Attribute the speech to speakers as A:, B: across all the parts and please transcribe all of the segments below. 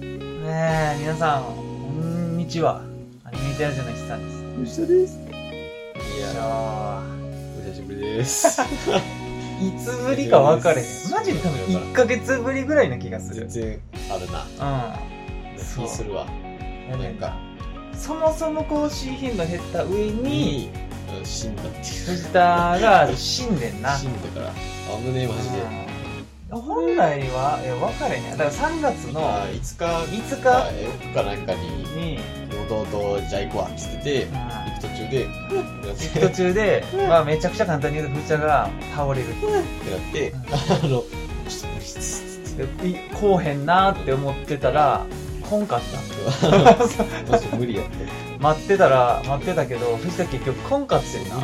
A: ねえ、皆さん、こんにちは。アニメイタージュの石さんです。
B: 吉田です。い
A: い
B: や
A: や
B: ー、お久しぶりです。
A: ーいつぶりか分かれへん。マジで多分1ヶ月ぶりぐらいな気がする。う
B: 全
A: ん。
B: 然あるな。
A: そう
B: 気するわ。
A: やねん
B: な
A: な。そもそも更新頻度減った上に、、
B: うん死んだっていう。
A: 藤田が死んでんな。
B: 死んだから。危ねえ、マジで。
A: うん本来は、いや、分かれへんやん。だから3月の
B: あー、いつか、
A: 5
B: か
A: 日、
B: えーかなんかに、
A: に、
B: 弟、じゃあ行くわ、っつってて
A: う、ん
B: 行く途中で、ってなって、
A: 途中で、
B: うん
A: まあめちゃくちゃ簡単に言うと、藤田が倒れる。
B: ってなって、あの、ちょっと無理っすっつって。
A: でいこうへんなーって思ってたら、こんかった。
B: マジ無理や って。
A: 待ってたら、待ってたけど、藤田結局こんかってんな。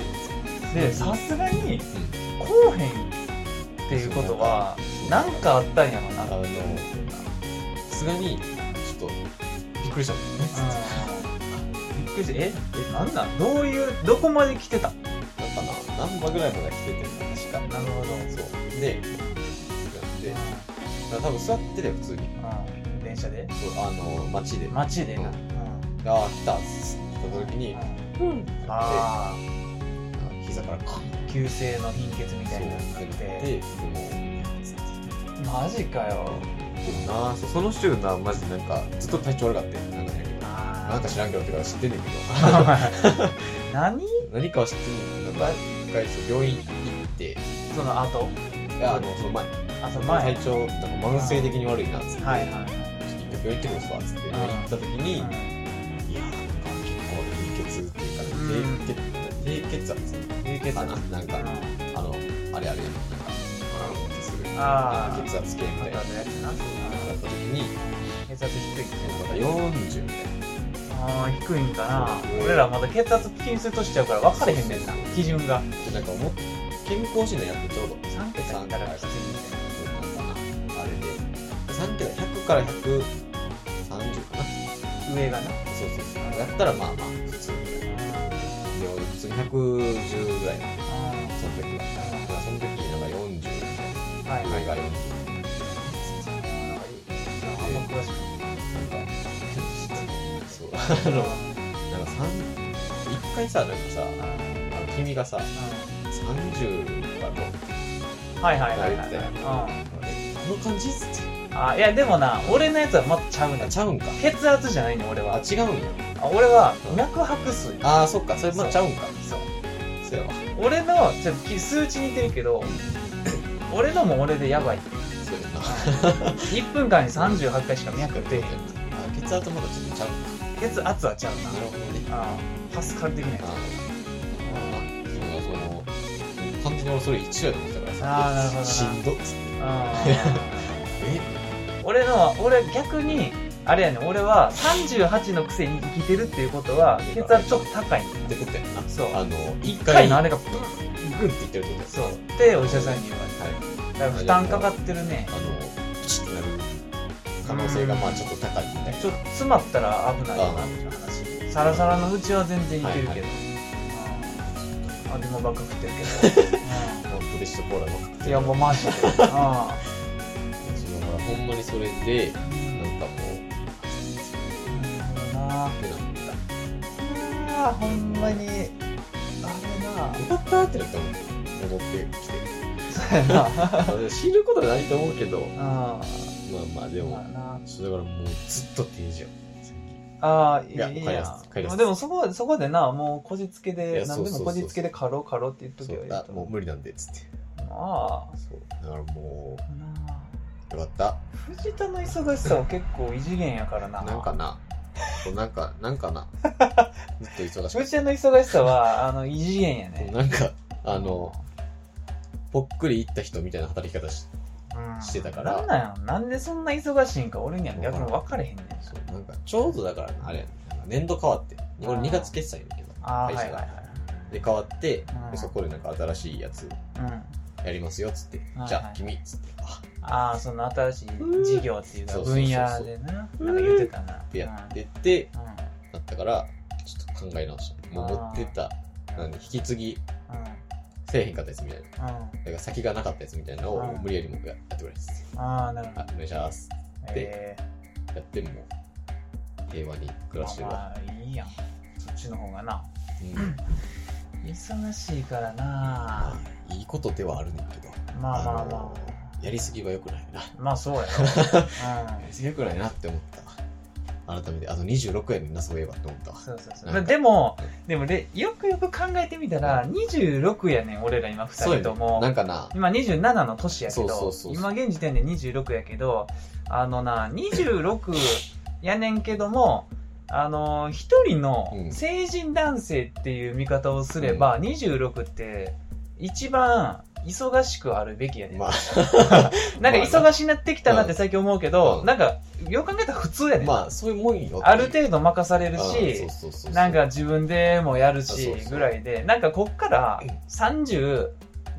A: で、さすがに、こうへんっていうことは、なんかあったんやろな
B: あ
A: って
B: の、さすがに、ちょっと、びっくりしたもんね。
A: びっくりして、ええ、なんなんどういう、どこまで来てた
B: なんかな、何波ぐらいまで来てて、確か。
A: なるほど。
B: そう。で、やって、だから多分座ってたよ、普通に。
A: うんうん電車で
B: そう、あの、街で。あ
A: 街でな。
B: う
A: うんん
B: あ、来たっつって言った時に、
A: う
B: で
A: ん、ああ、
B: 膝からカン
A: 急性の貧血みた
B: そう
A: いになっ。
B: ってなってて、その、つって
A: マジかよ。
B: 言ってなそうその週な、マジでなんか、ずっと体調悪かったよなんかねなん
A: あ
B: か知らんけどってから知ってんねんけど。
A: ー何
B: 何かは知ってんねんけど、なんか、一回そう病院行って、
A: その後
B: いやあの、その前、
A: あ、その前。
B: 体調、なんか慢性的に悪いなっつって、
A: はい
B: ちょ
A: は
B: っと一回病院行ってくるわっつって、
A: ん
B: 行った時に
A: い、はい。
B: いやーなんか結構貧血っていうか低血低血圧
A: 流血
B: かななんかあのあれあれなんかバーンってする
A: あー
B: 血圧計みたいなのがあっ
A: やつな。
B: た時に
A: 血圧低いって
B: なんか40みたい
A: ああ、低いんかな
B: そう。
A: 俺らまだ血圧気にする年ちゃうから分かれへんねんな
B: そうそう。
A: 基準が。
B: なでなんかもっと健康診断やってちょうど
A: 3桁いったらきついみ
B: そうかなあれで3桁100から130か
A: た
B: な
A: いな。上がな。
B: そうそうそうやったらまあまあ普通みたいなで俺普通に110ぐらい
A: あ
B: その時はだからその時なんか40みたいな
A: ーはいはい。
B: 海外
A: な
B: を
A: んかいいあんま詳しく
B: そうあのなんか三一回さなんかさ
A: ない
B: あの君がさ30だと
A: うんはいはいはいは
B: 言ってたよね
A: い。
B: この感じっつって
A: うんあ、いやでもな、俺のやつはまたちゃうね
B: あ
A: ん。
B: ちゃうんか
A: 血圧じゃないねん俺
B: あ
A: は。
B: 違うんや
A: あ俺は脈拍数。
B: あーそっかそれまあ
A: そう
B: ちゃうんか
A: そう。
B: そうやわ
A: 俺のちょっとき数値似てるけ ど俺のも俺でやばい
B: そうやな
A: 1分間に38回しか脈出へん
B: あ血圧まだちょっとちゃうんか
A: 血圧はちゃうな
B: なるほどね
A: ああパスカル的なや
B: あー自分はその完全に俺それ一緒やと思ってたから
A: あーなるほどな
B: さしんどっつって
A: つあ
B: え
A: あ俺の俺逆にあれやねん俺は38のくせに生きてるっていうことは血圧ちょっと高いねん
B: ってことやんな
A: そう
B: あの一
A: 1
B: 回
A: 回の
B: グ
A: あ
B: ン
A: れがブン
B: って言ってるってことや
A: そうってお医者さんに言われ
B: はい
A: ただから負担かかってるね
B: あの、プチってなる可能性が
A: うん
B: まあちょっと高いみたいな。
A: ちょっと詰まったら危ないよなみたいな話サラサラのうちは全然いけるけど、あでもばっか食ってるけど、
B: ラップでしとコーラ飲んで
A: うんいやもうマジであ
B: そうだからほんまにそれで、なんかも
A: あ
B: う、ってなっ
A: あほんまにあれな
B: た。よかったってなったもん。戻って きて。
A: そうやな
B: まあ知ることはないと思うけど、ま
A: あ
B: あまあでも、
A: な
B: そうだからもうずっと定時よ。
A: あ
B: いや
A: いい
B: 帰
A: や
B: らす帰らす
A: でもそこそこでなもうこじつけ
B: い
A: で
B: やそ
A: 何
B: う
A: で
B: そ
A: も
B: うそう
A: こじつけでかろうかろうって言っと
B: そ
A: けばいうい
B: だ、
A: と
B: も
A: 思
B: う
A: う
B: 無理なんで、つって。
A: あ
B: そう。だからも
A: あなあ
B: う、よかった。
A: 藤田の忙しさは結構異次元やからな
B: なんかな。そうなんか、なん かな。ずっと忙し
A: むちゃんの忙しさは、 あの、異次元や
B: く。
A: ね。
B: なんか、あの、ぽっくりいった人みたいな働き方し
A: うん
B: してたから
A: なんなんやろなんでそんな忙しいんか、俺には逆に分かれへんねん。
B: そうなんかちょうどだからあれやねなんか年度変わって俺
A: あー
B: 2月決済やねんけど
A: ああ、はい
B: 会
A: は
B: 社
A: い
B: が、
A: はい。
B: で変わって、
A: うん
B: でそこでなんか新しいやつ
A: うん。
B: やりますよっつって、
A: はい
B: じゃあ君っつってあ
A: ああ、その新しい事業っていうか、
B: うん
A: 分野でな、なんか言ってたな。っ
B: ってやってって
A: うん。うん。
B: なったからちょっと考え直したもう持ってたなんで引き継ぎせえへんかったやつみたいな
A: うん。うん
B: だから先がなかったやつみたいなのを
A: うん
B: 無理やり僕がやってくれっつって
A: ああ、なるほ
B: あ
A: ど。
B: お願いします
A: ええ
B: やっても平和に暮らしてるわ、
A: まあまあいいやんそっちの方がな
B: うん
A: 忙しいからな
B: うんいいことではあるねんけど
A: まあまあ
B: あ
A: ま
B: のやりすぎは良くないな
A: あまあそう やろ、
B: やりすぎ良くないなって思ったわ改めてあと26やねんなそういえばって思ったわ
A: うん、そうそうそう
B: なんか
A: でもでもでよくよく考えてみたら26やねん俺ら今
B: そう
A: 2
B: や
A: 人と
B: ねん
A: も
B: なんかな
A: 今27の年やけ
B: そうそ
A: ど
B: うそうそう
A: 今現時点で26やけどあのな26やねんけどもあの一人
B: う
A: の
B: ん
A: 成人男性っていう見方をすれば、26って一番忙しくあるべきやねん、
B: まあ
A: なんか忙しになってきたなって最近思うけど、
B: うん
A: なんかよく考えたら普通やねん、
B: まあそういうもんよ
A: ある程度任される
B: 度
A: し
B: そうそうそうそう
A: なんか自分でもやるし
B: そうそう
A: ぐらいでなんかこっから
B: うん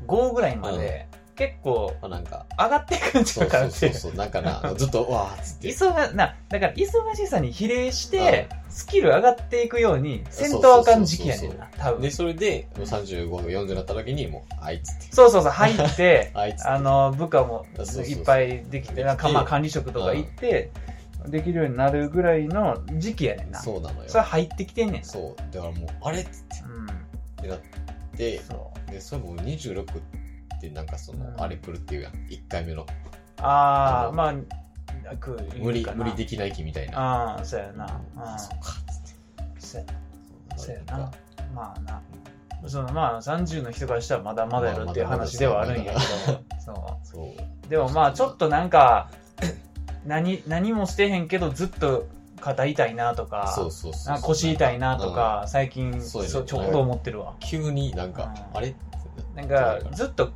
A: 35ぐらいまで結構
B: まあなんか
A: 上がっていくんち
B: そ
A: ゃ
B: う
A: う
B: そ
A: か
B: う
A: っ
B: そ
A: て
B: う
A: いう
B: そうなん かなずっとわーっつって
A: 忙なだから忙しさに比例してスキル上がっていくようにせんとあかん時期やねんな多
B: で
A: 分
B: それでもう35とか40になった時にもうあいつって
A: そうそうそう入って
B: あいつって
A: あの部下も
B: そうそうそう
A: いっぱいできてなんかまあ管理職とか行ってできるようになるぐらいの時期やねんなそ
B: そうなのよ
A: れ入ってきてんねんな
B: そうだからもうあれっつ
A: う
B: ってなっ
A: ん
B: て
A: そう
B: でそれもう26ってなんかその、
A: うん
B: あれ来るっていうやん1回目の
A: あ
B: あの
A: あまあ楽
B: 無理無理で
A: き
B: きない気みたいな
A: ああそうやな
B: あそ
A: あ
B: っかっつって
A: そうや
B: だから
A: そうや
B: なん
A: な
B: か
A: まあなそのまあ30の人からしたらまだまだやろっていう話ではあるんやけど そ
B: そう
A: うでもまあちょっとなんか 何何もしてへんけどずっと肩痛いなとか
B: そうそうそう
A: なんか腰痛いなとか最近
B: そうやね
A: そうちょっと思ってるわ
B: うん急になんか
A: うん
B: あれ
A: なんかずっと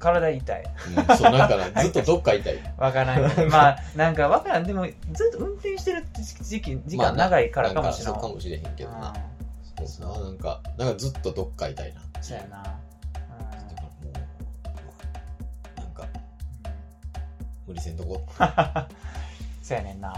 A: 体痛い
B: うんそう なんかなずっとどっか痛い
A: わからん けどまあなんかわからんでもずっと運転してる時期時間長いからかもしれ
B: なんんかそうかもしれへんけどな
A: うん
B: そうななんかなんかずっとどっか痛いなっていう
A: そうやな。
B: だからもうなんか無理せんとこ
A: そうやねんな。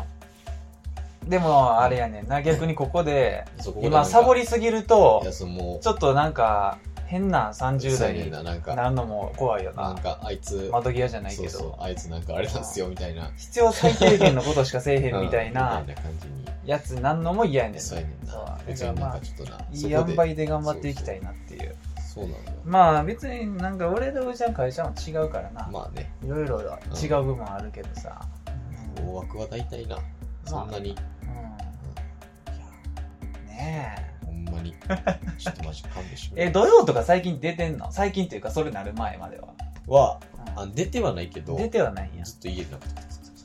A: でも、あれやねんな。逆にここで、
B: そこ
A: 今、サボ
B: り
A: りすぎる
B: い
A: と
B: や、そうもう
A: ちょっとなんか、変な30
B: そう
A: 代
B: やねん
A: に
B: ななんか
A: なるのも怖いよ
B: な。
A: なん
B: かあいつ
A: 窓際じゃない
B: そ
A: け
B: うそう
A: ど。
B: あいつなんかあれなんすよみたいな
A: 必要最低限のことしかせえへんみたいな
B: うんみたいな感じに
A: やつなんのも嫌やねん
B: そう
A: な。
B: やねんな
A: そう
B: 別になんかちょっとないそ
A: い
B: こ
A: 塩梅で頑張っていきたいなっていう。
B: そうなのよ
A: まあ別になんか俺とうちゃん会社も違うからな。
B: まあね
A: いろいろ違う部分あるけどさ。うん
B: 大枠は大体なそんなにい
A: うんねえ。
B: やほん まにちょっとマジ勘弁してく
A: え、
B: れ
A: 土曜とか最近出てんの最近っていうか、それなる前までは。
B: は
A: うん
B: あ出てはないけど
A: 出てはないんや。
B: ずっと家でなくて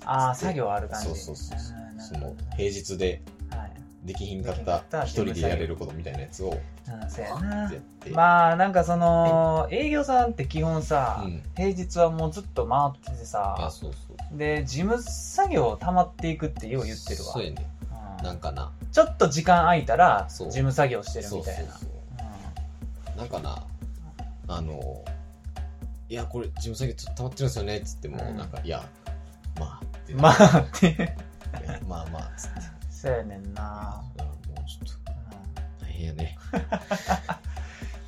A: ああ、作業ある感じ。
B: そうそうそうそう
A: あーな
B: そ
A: るほ
B: の
A: ど
B: 平日で
A: はい。
B: できひんか
A: できひんか
B: っ
A: ったた
B: 一人でやれることみたいなやつを
A: うん、そうや
B: やっ
A: な。
B: て
A: まあ、なんかその、営業さんって基本さ、
B: うん
A: 平日はもうずっと回ってて
B: あ
A: さ、
B: そうそう
A: で、事務作業溜まっていくってよう言ってるわ
B: そう。やね
A: うん
B: なんかな
A: ちょっと時間空いたら、
B: そ
A: 事
B: う
A: 務作業してる
B: そう
A: み
B: そ
A: た
B: う
A: いな。
B: そう
A: う
B: なんかなあのいやこれ事務作業ちょっと溜まってるんですよねっつっても
A: うん
B: なんかいやまあって
A: んまあ、って。
B: いやまあまあっつって
A: そうやねんな。
B: だからもうちょっ
A: うん
B: と大変やね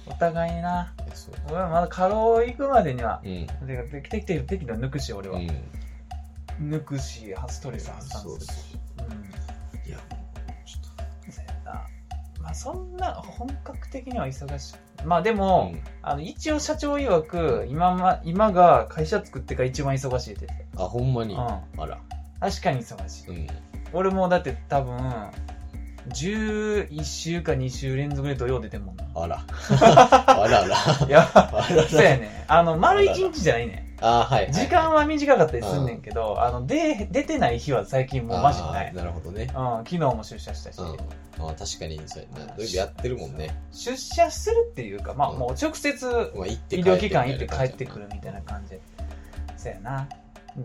A: お互いにな。
B: いやそう
A: 俺はまだ過労行くまでには、
B: うん
A: てか適適適適度に抜くし、俺は。
B: うん
A: 抜くし、はストレス発散
B: そう
A: す
B: そ
A: るし。うん。
B: ういやもうちょっ
A: そうやな。まあ、そんな本格的には忙しい。まあで
B: と
A: も、
B: うん
A: あの一応社長曰く、今ま、今が会社作ってから一番忙しいって言って
B: あほんまに
A: た。うん。
B: あら
A: 確かに忙しい。
B: うん
A: 俺もだって多分、11週か2週連続で土曜出てんもんな。
B: あらあらあら
A: いや、
B: あら
A: そう
B: ら
A: やね。あの、丸1日じゃないね。
B: あはいはい
A: 時間は短かったりすんねんけど、あので出てない日は最近もうマジでな
B: あ
A: い
B: ー、なるほどね
A: うん、昨日も出社したし、
B: うんまあ確かにそうやな土曜日やってるもんね
A: 出社するっていうかまあ
B: うん
A: もう直接
B: まあ行って
A: 医
B: 帰って
A: 療機関行って帰ってくるみたいな感じそやな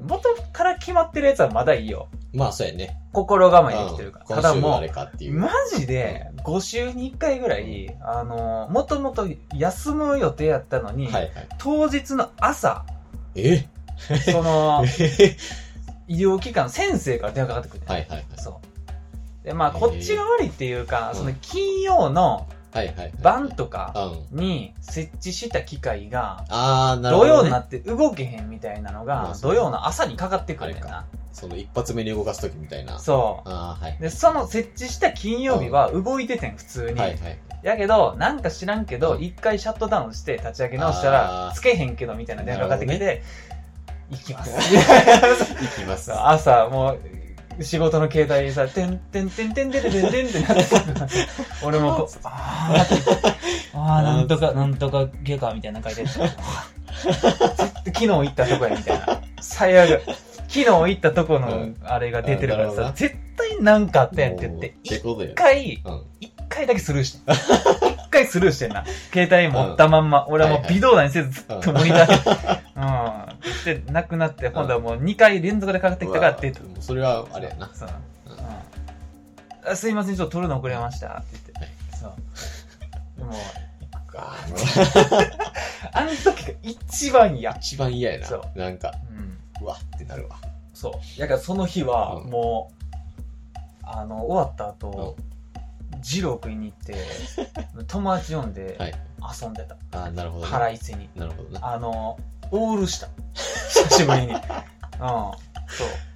A: 元から決まってるやつはまだいいよ
B: まあそうやね
A: 心構えできてるから、
B: う
A: た
B: ん
A: だ
B: 今週
A: も
B: 誰かっていうう
A: マジで5週に1回ぐらい、あのもともと休む予定やったのに、
B: はいはい
A: 当日の朝
B: え
A: そ の
B: え
A: 医療機関先生から電話かかってくるねん
B: はいはいはい
A: そう。で、まあ、こっちが悪いっていうか、
B: うん
A: その金曜の
B: はいはいはい。
A: バンとか
B: うん。
A: に設置した機械が、
B: あー、なるほ
A: 土
B: ど、ね。
A: 曜になって動けへんみたいなの
B: ま
A: が
B: あ、そう
A: 土曜の朝にかかってくるねんな。
B: その一発目に動かすときみたいな。
A: そ。。
B: あー、はいう
A: で、その設置した金曜日は動いててん、普通に。
B: はい はい。
A: やけど、なんか知らんけど、
B: うん
A: 一回シャットダウンして立ち上げ直した
B: あ
A: ら、
B: ー
A: つけへんけどみたいな電話がかかってきて、行きます。
B: いきます。
A: 朝、もう、仕事の携帯にさ、てんてんてんてんてんてんてんてんってなってた俺も こう、あーって、あー、なんとか、なんとか外科みたいなの書いてる。 絶対昨日行ったとこや、みたいな。最悪。昨日行ったとこ
B: う
A: の
B: ん
A: あれが出てるから
B: なるほど
A: さ
B: な、
A: 絶対なんかあったやんって言って、
B: もうて
A: 一
B: ことやね。
A: 回、
B: うん。
A: 一回だけスルーして、一回スルーしてんな。携帯持ったまんま、俺はもう微動だにせずずっとモニター、うん。で、なくなって、今度はもう2回連続でかかってきたから出て
B: うわそれは、あれやな。
A: そう。
B: うん
A: うんあすいません、ちょっと撮るの遅れましたって言って。 そう。でも、
B: あ
A: あの時が一番嫌
B: ー。一番嫌や
A: そ
B: な。なんか、
A: うん。
B: うわってなるわ。
A: そう。だからその日は、
B: うん
A: もう、あの、終わった後、ジロー食いに行 って、友達呼んで
B: はい
A: 遊んでた。
B: あー、なるほどね。
A: 腹いせに。
B: なるほどな。
A: あの、オールした。久しぶ りに。うん。そう。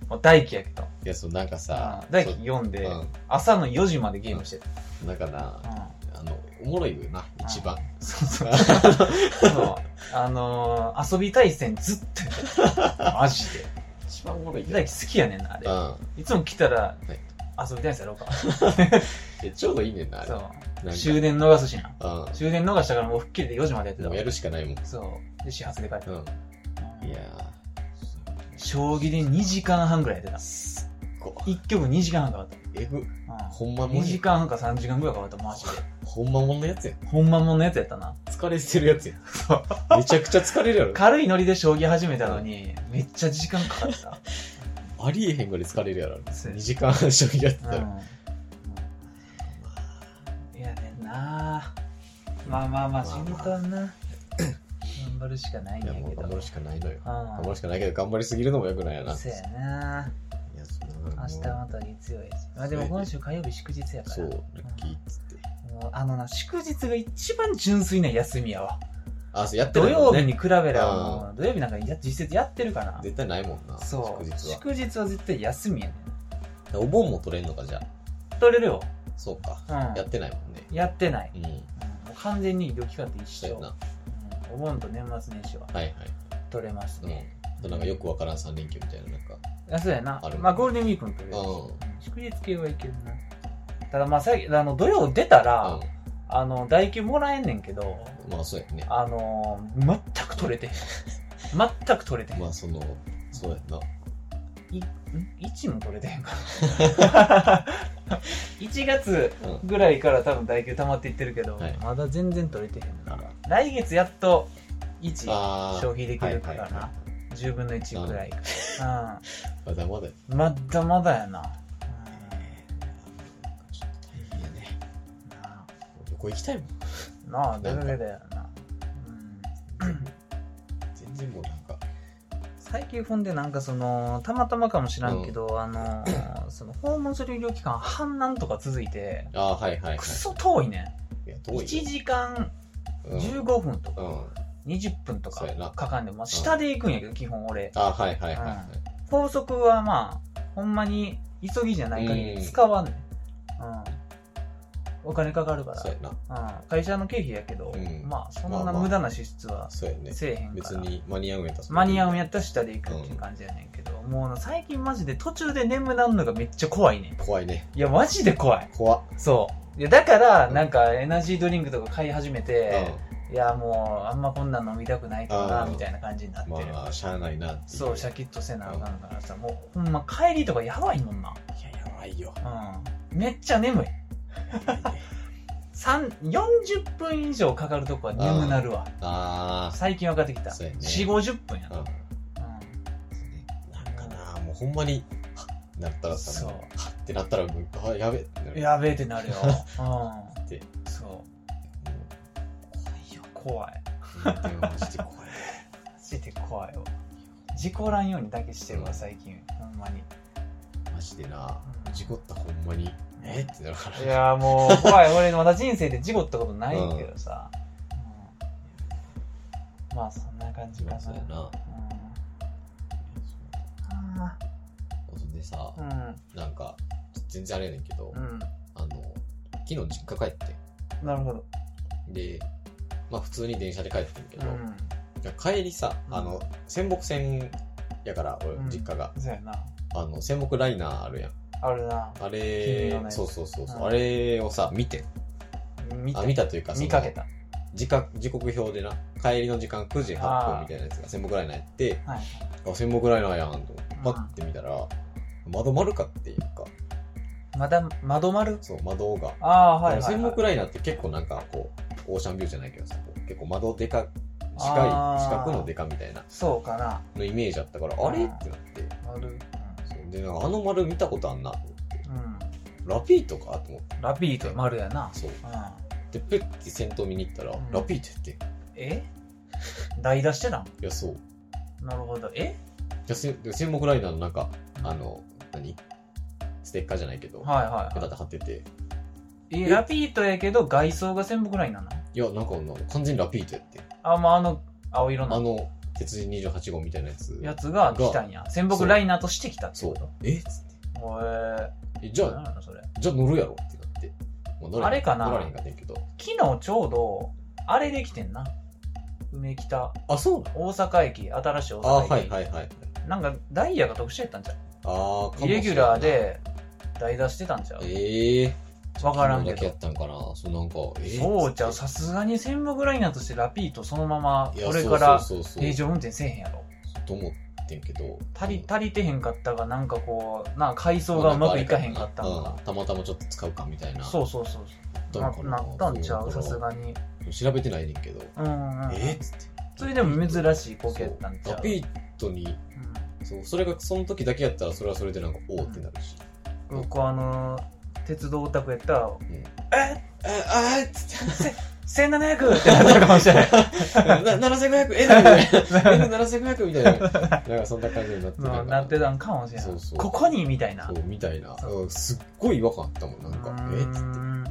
A: もう大輝やけど。
B: いや、そう、なんかさ
A: うん、大輝読んで、
B: そう
A: 朝の4時までゲームしてた。
B: うん。だから、
A: うん
B: あの、おもろいよな、一番。
A: そうそう。そう。あのー、遊び対戦ずっとやってた。マジで。
B: 一番おもろいけど
A: 大輝好きやねんな、あれ。
B: うん。
A: いつも来たら
B: い、
A: 遊び対戦やろうか。
B: え、ちょうどいいねんな、あれ。
A: そ
B: な
A: う。
B: んか
A: 終電逃すしな。
B: う
A: 終電逃したからもう吹っ切れて4時までやって
B: ん。
A: た
B: も
A: わ
B: うやるしかないもん。
A: そう。で、始発で帰った。
B: う。
A: うんん
B: いや
A: 将棋で2時間半ぐらいやってた
B: ー。。すっごい。
A: 1曲2時間半かかっ
B: えぐ。
A: た。
B: ほんま
A: うん。2
B: もんや
A: 時。間半か3時間ぐらいかかった、マジで。
B: ほんまもんのやつや。
A: ほんまもんのやつやったな。
B: 疲れてるやつや。 めちゃくちゃ疲れるやろ。
A: 軽いノリで将棋始めたのに、めっちゃ時間かかって た。
B: ありえへんぐらい疲れるやろ。
A: そう
B: 2時間半将棋やってたら。
A: うんいやねんなまあまあまあ仕
B: まあまあ
A: 事はな頑張るしかないん
B: い
A: や
B: や、
A: け
B: もう
A: ど
B: 頑張るしかないのよ。頑張
A: う
B: るしかないけど、頑張りすぎるのも良くないやな。
A: んそうやない
B: やそんな
A: 明日
B: も
A: また月曜やしまあでも今週火曜日祝日や
B: う
A: から
B: そう、ラッキーっつって。
A: もうあのな祝日が一番純粋な休みやわ
B: あ、そう、やって
A: 土
B: ないも
A: 曜
B: ん
A: 日に
B: ね。
A: 比べればもう土曜日なんかや実質やってるから
B: 絶対ないもんな。
A: そう
B: 祝日は。
A: 祝日は絶対休みやね
B: お盆も取れんのか、じゃあ。
A: ん取れるよ
B: そうか。
A: うん
B: やってないもんね。
A: やってない
B: うん。
A: うんもう完全に医療機関と一
B: そう
A: 緒
B: やな。
A: うんお盆と年末年始は
B: はいはい。
A: 取れますね、
B: あとなんかよくわからん3連休みたいな、なんか。
A: あそうやな
B: ある。
A: まあゴールデンウィークの時だし
B: うん
A: 祝日系はいけるな。ただまあさあの土曜出たら、
B: う
A: あの、代休もらえんねんけど、
B: ん。まあ、そうやね。
A: あのー、全く取れて へん。全く取れてへん。
B: まあ、その、そうやな。
A: いん1も取れてへん から。1月
B: うん。
A: ぐらいから多分代休溜まっていってるけど、
B: はい
A: まだ全然取れてへんな。
B: あ
A: 来月やっと1
B: あー
A: 消費できるから
B: はいはいは
A: な。10分の1ぐらい。うん。
B: まだまだ。
A: まだまだやな。
B: ちょっと大変やね。
A: うんなあ
B: 旅行行きたいもん。
A: なあ、
B: な
A: だ
B: ん
A: ら
B: か
A: けだよな。うん、
B: 全然もうなんか。
A: 最近ほんでなんかその、たまたまかもしらんけど、あのー、その訪問する医療機関、半難とか続いて、
B: ああ、はいはいはい。
A: くそ遠いね
B: いや、
A: ん。
B: 遠
A: 1
B: いよ。
A: 時間
B: うん
A: 15分とか、
B: うん。あ
A: 20分とか
B: そうやな
A: かかんで、まあ、下で行くんやけど、基本俺。
B: あ、はいはいはいはい。
A: 高速はまあ、ほんまに急ぎじゃない限
B: うん
A: り使わんねん。うん。お金かかるか
B: そうやな。
A: ら、うん、会社の経費やけど、
B: うん
A: まあそん
B: まあ
A: な
B: まあ
A: 無駄な支出は
B: そうやね。
A: せえへんか
B: 別
A: ら
B: に間に合うんやったら
A: 間に合うんや
B: っ
A: ったら下で行くっていう感じやねんけど、もうな最近マジで途中で眠なんのがめっちゃ怖いね
B: たら。怖いね。
A: んいやマジで怖い
B: 怖っ。
A: そういやだから
B: うん
A: なんかエナジードリンクとか買い始めて、
B: う
A: いやもうあんまこんなん飲みたくないかな
B: うん
A: みたいな感じになって
B: ん
A: る、
B: まあ、しゃあないなってい
A: そうシャキッとせなあかんからさもうほんま帰りとかやばいもんない
B: や、やばいよ。
A: うんめっちゃ眠い
B: やばいね
A: 3 40分以上かかるとこは眠なるわ
B: あ
A: 最近分かってきた、
B: そうやね
A: 4 5 0分や
B: あ。う
A: な、う
B: ん。
A: ん
B: なんかな、もうほんまに、はっなったらさ、
A: そう
B: もうはっってなったら、もう、あ、やべえってなる。
A: やべえって なるよ、うん、
B: って。
A: そう
B: もう怖
A: 怖
B: いよ。
A: い
B: 運転はマジで怖い。
A: マジで怖いわ事故らんようにだけしてるわ最近ほんまに、
B: マジでな
A: うん、
B: 事故ったほんまにえってなるから
A: いやーもう怖 い俺まだ人生で事故ったことないけどさ、うんまあそんな感じ
B: 一
A: かな
B: 番そうやなそんでさ
A: う、ん
B: なんか全然あれやねんけど、
A: うん
B: あの昨日実家帰って
A: うんなるほど
B: んでまあ普通に電車で帰ってんけ
A: う
B: ど、
A: ん
B: いや帰りさ
A: うん
B: あの仙北線やから俺
A: うん
B: 実家が、
A: そうやな
B: あの仙北ライナーあるやん
A: あるな
B: あ
A: 黄
B: れ
A: 色のやつ
B: そうそうそうそう、
A: うん
B: あれをさ見てん
A: 見た
B: あ見たというかその
A: 見かけた
B: 時間時刻表でな帰りの時間9時8分みたいなやつが仙北ライナーやって
A: はい
B: あ仙北ライナーやんと思って
A: うん
B: パッて見たら、窓丸かっていうか
A: まだ窓丸
B: そう窓が
A: ああはいはい、はい、
B: 戦国ライナーって結構なんかこうオーシャンビューじゃないけどさこう結構窓でか近い
A: あー
B: 四角のでかみたいな
A: そうかな
B: のイメージあったから
A: うん
B: あれってなって
A: 丸うん、
B: そうでなんかあの丸見たことあんなと思って
A: う
B: ラピートかと思って
A: ん、ラピート丸やな
B: そう
A: うん
B: でプッて先頭見に行ったら、
A: うん
B: ラピートやってい
A: え台出してたん
B: やそうい
A: なるほどえ
B: やせで戦国ライナーのなんかあの何ステッカーじゃないけど、
A: はいはい
B: ペ
A: は
B: タって貼ってて
A: いえラピートやけど外装が全部ぐらいなの
B: いやなんかな完全にラピートやって
A: あまああの青色
B: あ
A: の
B: の鉄人28号みたいなやつ
A: やつが来たんや仙北ライナーとして来たって
B: そ
A: こ
B: う
A: と
B: えっつって
A: おえ
B: えじゃあ
A: 何なのそれ
B: じゃあ乗るやろってなって。ま乗れへん
A: あれかな
B: 乗られへんかったんやけど。
A: 昨日ちょうどあれできてんな梅北
B: あ、そうなの
A: 大阪駅新しい大
B: あ、
A: 阪駅
B: はいはいはい。
A: なんかダイヤが特殊やったんじゃ
B: あ
A: んイレギュラー。で台出してたんじゃ
B: か
A: う
B: もしれんなええー。
A: わからんけど
B: 昨日だけやったんかな。そうなんか、えー
A: そうじゃうさすがに戦北ライナーとしてラピートそのまま
B: いや
A: これから
B: そうそうそうそう
A: 平常運転せえへんやろ
B: と思ってんけど。
A: 足り
B: うん
A: 足りてへんかったがなんかこうなんか階層がうまくいかへんかったん
B: う
A: か
B: んたまたまちょっと使うかみたいな。
A: そうそうそう
B: どう
A: な
B: か
A: なったんちゃう
B: そ
A: さ
B: う
A: すがに
B: 調べてないねんけど。
A: うんうんうん
B: えーっつって。
A: それでも珍しい光景やったんち
B: そう
A: ゃ
B: ラ
A: う
B: ピートに、そう、それがその時だけやったら、それはそれでなんか、おおってなるし。
A: うん僕あのー鉄道オタクやったら
B: う
A: 「
B: ん
A: え
B: あ、あーっつって。
A: 1700!」ってなったかもしれ ない
B: な7500円だよ N7500 みたいな。なんかそんな感じになって
A: うんなってたんかもしれな
B: そう
A: い
B: そう
A: ここにみたいな
B: そう、みたいな。
A: そう
B: うんすっごい違和感あったもん。なん
A: う
B: か、えっつって。なんか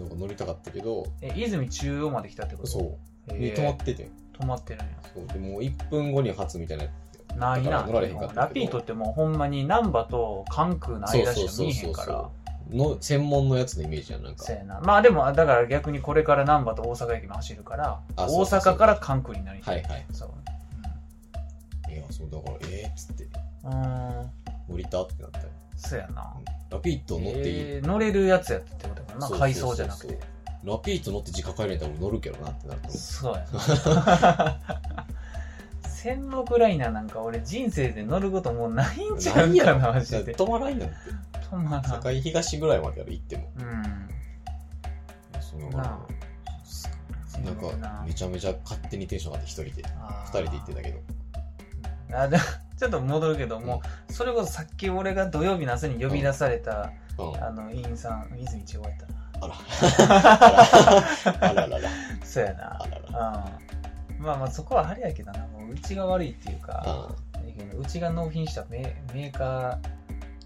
A: ーん
B: 乗りたかったけど、
A: え泉中央まで来たってこと
B: そう。
A: へ
B: で、
A: ー
B: 止まってて。
A: 止まってるんや
B: そう。でもう1分後に発みたいな。
A: ない
B: だか
A: な
B: ら乗られへんかったけど
A: ラピートってもうほんまに難波と関空の間しか見えへん
B: そうそうそう
A: か
B: その、専門のやつのイメージやん。なん
A: ら
B: か
A: せ。やなまあでもだから逆にこれから難波と大阪駅も走るから
B: あ
A: 大
B: そうそうそう
A: 阪から関空になり
B: はいはい。
A: そう
B: いや、そう、だから、えーっつって。
A: うんうーん
B: 乗りたってなったよ。
A: そうやな
B: うんラピート乗っていい。
A: えー乗れるやつやったってことやもんな
B: そうそうそうそう
A: 階層じゃなくて
B: ラピート乗って自家帰れたら俺乗るけどなってなると思う。
A: そうやな 戦国ライナーなんか俺人生で乗ることもうないんちゃうかなマジで
B: 止まらんやんって。
A: 止まらん
B: 境東ぐらいまでやる行っても。
A: うん
B: その
A: な
B: なんかめちゃめちゃ勝手にテンション上がって一人で
A: あ
B: 二
A: ー
B: 人で行ってたけど
A: あでも ちょっと戻るけども、それこそさっき俺が土曜日の朝に呼び出された、
B: うんあ
A: あの委員さん泉千代やったな
B: ら あらあらあ ら
A: そうやな
B: あらら
A: うんまあまあそこはあれやけどなもううちが悪いっていうか
B: あ
A: うちが納品したメメーカ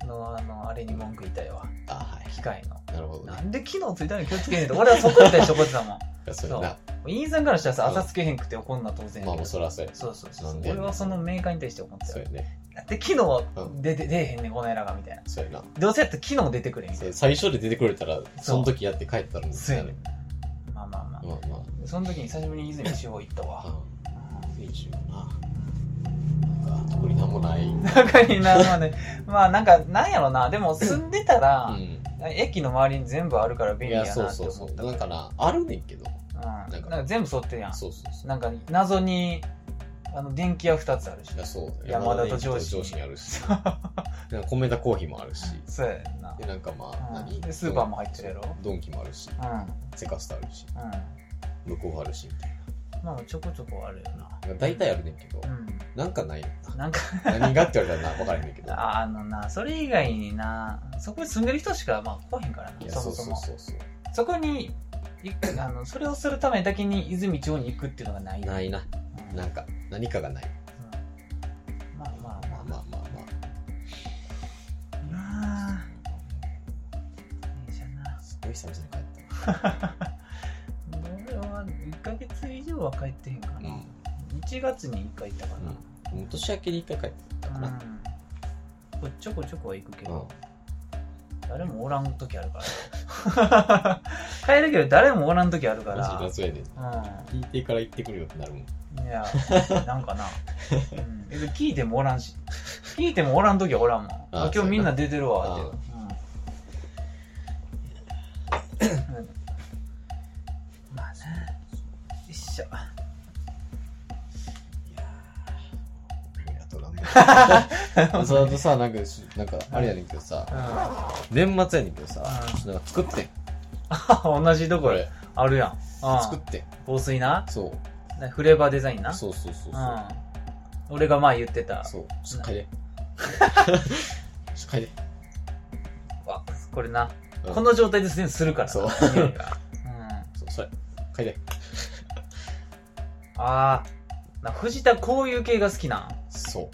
A: ーのあのあれに文句言いたいわ
B: あは
A: 機械の
B: いなるほどね
A: なんで機能ついたのに気をつけへんって俺はそこに対して怒ってたもん
B: いやそれなま
A: 委員さんからしたらさ
B: うん
A: 朝つけへんくて怒んな当然
B: あもうそらそうや
A: そうそうそ
B: な
A: うん
B: で
A: 俺はそのメーカーに対して思ってた
B: そう
A: よ
B: やね
A: なんで機能
B: うん
A: 出て出えへんねんこのエラがみたいな
B: そうやな
A: どうせやったら機能出てくれみたい
B: そ
A: な
B: う最初で出てくれたら
A: う
B: その時やって帰ったらも
A: そうやね
B: ね
A: まあまあまあ、
B: まあま
A: その時に久しぶりに泉地方行ったわ
B: あうんいいしよななんか特になんもないうん
A: 中に なまあねまあなんかなんやろなでも住んでたら、駅の周りに全部あるから便
B: い
A: 利や
B: や
A: なって
B: そ
A: 思
B: う
A: った
B: そうそうだからあるねんけど
A: うん、な
B: なんん
A: か
B: か
A: 全部沿ってるやん
B: そうそうそう
A: なんか謎にあの電気屋2つあるし
B: いやそう
A: 山田と上司
B: 上司にある しなんか米田コーヒーもあるし
A: そうやんな
B: でなんかまあ、
A: うん
B: 何
A: でスーパーも入ってるやろ
B: ドンキもあるし
A: うん
B: セカストあるし
A: うん
B: 向こうあるしみたい
A: まあちょこちょこあるよな
B: な大体あるねんけど、
A: う
B: なんかないよ
A: んなんか
B: な何がって言われたらな分からへんねんけど
A: ああのなそれ以外になそこに住んでる人しかまあ来へんから
B: い
A: な
B: や
A: そ
B: そ
A: も
B: う
A: そ
B: そう
A: も
B: そうそう
A: そこにい あのそれをするためだけに泉町に行くっていうのがない、
B: ないいな
A: うん
B: なんか何かがない
A: うんまあまあ
B: まあまあまあまあ
A: まあなあ
B: ごい久々に帰っ
A: 俺は1ヶ月以上は帰ってへんか
B: た。
A: な、1月に1回行ったかな、
B: うん。もう年明けに一回帰ったか
A: う
B: な。
A: んこちょこちょこは行くけ
B: うん
A: ど、。誰もおらん時あるから 帰るけど誰もおらん時あるか
B: マジ
A: ら
B: でそうやねん。
A: う
B: 聞いてから行ってくるよってなるもん。
A: んいやなんかな、うん、別に聞いてもおらんし聞いてもおらん時はおらんもん
B: あ
A: あ今日みんな出てるわってうんうんまあねよいしょ
B: いやー、あとなん だ。その後さ、なんかし、なんか、あれやねんけどさ、
A: う
B: 年末やねんけどさ
A: うん、
B: ちょっとなんか作ってん。
A: ん 同じとこ
B: こ
A: ろ
B: れ。
A: あるやん
B: 作
A: うん
B: ってん。
A: 香水な
B: そう。
A: なフレーバーデザインな
B: そうそうそう
A: う
B: そう。
A: ん、俺が前言ってた
B: そう。ちょっと嗅 いで。ちょっと嗅いで。
A: わこれな、
B: うん
A: この状態ですでにするから
B: そう
A: 匂いがうん、
B: そう、それ。嗅いで。
A: あーな藤田こういう系が好きなん
B: そう。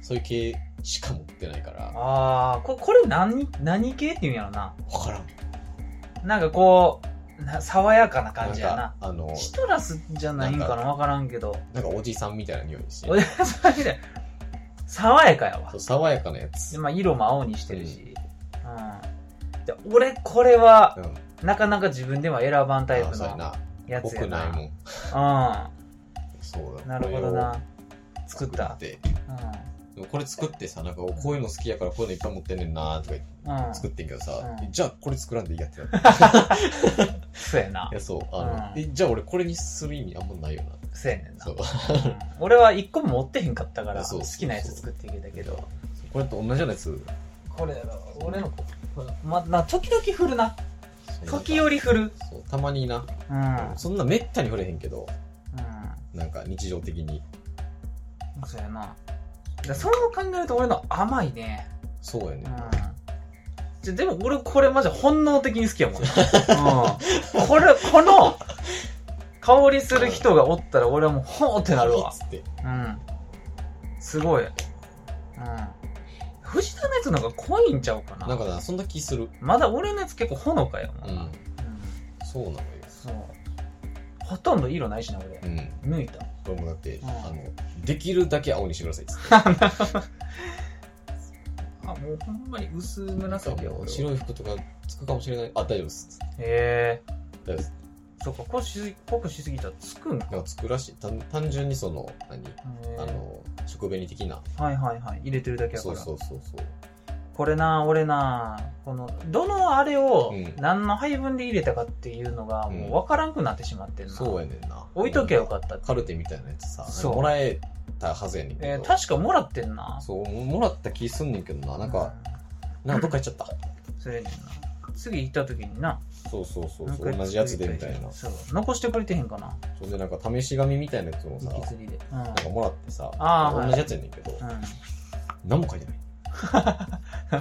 B: そういう系しか持ってないから、わ
A: あーここれ何何系っていうんやろな
B: からん。
A: なんかこうな爽やかな感じや
B: なん
A: な
B: かあの、
A: シトラスじゃないんかな
B: なん
A: わからんけど
B: なんかおじさんみたいな匂いして
A: 俺。それで爽やかやわ
B: そう爽やかなやつ。
A: で、まあ、色も青にしてるし、うんで俺これは
B: うん。
A: なかなか自分では選ばんタイ
B: あ
A: プ
B: そうや
A: の
B: な。
A: やつ
B: 僕
A: や
B: ないもん。
A: な
B: そう
A: う
B: だ。
A: んなるほどな
B: これ
A: 作
B: を
A: った
B: て
A: う
B: でもこれ作ってさ、なんかこういうの好きやからこういうのいっぱい持ってんねんなーとか言って
A: んうん
B: 作ってんけどさ、
A: うん
B: じゃあこれ作らんでいいやって なって。
A: そうやない
B: や、そう。あの、
A: うん
B: えじゃあ俺これにする意味あんまないよな。
A: そうやねんな
B: そう。
A: うん俺は一個も持ってへんかったから
B: そう
A: 好
B: そう
A: きなやつ作っていけたけど
B: これと同じようなやつ。
A: これやろ俺のまな時々振るな
B: そう
A: 時折振る
B: そう、たまにな。
A: うんうん
B: そんなめったに触れへんけど、なんか日常的に。
A: そうやなだからそう考えると俺の甘いね
B: そうや
A: う
B: ね
A: ん。じゃでも俺これマジ本能的に好きや もん、うん、これこの香りする人がおったら俺はもうほーってなるわ
B: つって。
A: うん。すごい。うん。藤田のやつの方が濃いんちゃうかな。
B: なんかな、そんな気する。
A: まだ俺のやつ結構ほのかやもん。
B: う
A: うん。
B: ん。そうなのよ。
A: そう。ほとんど色ないしな、俺。
B: うん。
A: 抜いた。
B: これもだって、
A: うん
B: あの、できるだけ青にしてくださいっつって。
A: あ、もうほんまに薄紫や俺は。
B: 白い服とかつくかもしれない。あ、大丈夫です。
A: へえ
B: 大丈夫です。
A: ー。そっか、濃し濃くしすぎたらつくんか。
B: なんかつくらしい。単単純にその、何
A: へー
B: あの、食紅的な。
A: はいはいはい。入れてるだけやか
B: そ
A: ら。
B: うそうそうそう。
A: これな、俺な、この、どのあれを
B: うん
A: 何の配分で入れたかっていうのが、もう分からんくなってしまってんな。
B: そうやねんな。
A: 置いとけばよかったって
B: カルテみたいなやつさ、
A: そう
B: もらえたはずやねんけど。
A: えー確かもらってんな。
B: そう、もらった気すんねんけどな。なんか、なんかどっか行っちゃった。
A: うん、そうやねんな。次行った時にな。
B: そうそうそう
A: なん
B: そ
A: か
B: う、同じやつでみたいな。
A: そう。残してくれてへんかな。
B: それでなんか試し紙みたいなやつもさ、
A: 息継ぎで。うん。
B: なんかもらってさ、
A: あーはい
B: 同じやつやねんけど、何も書いてない。
A: うん。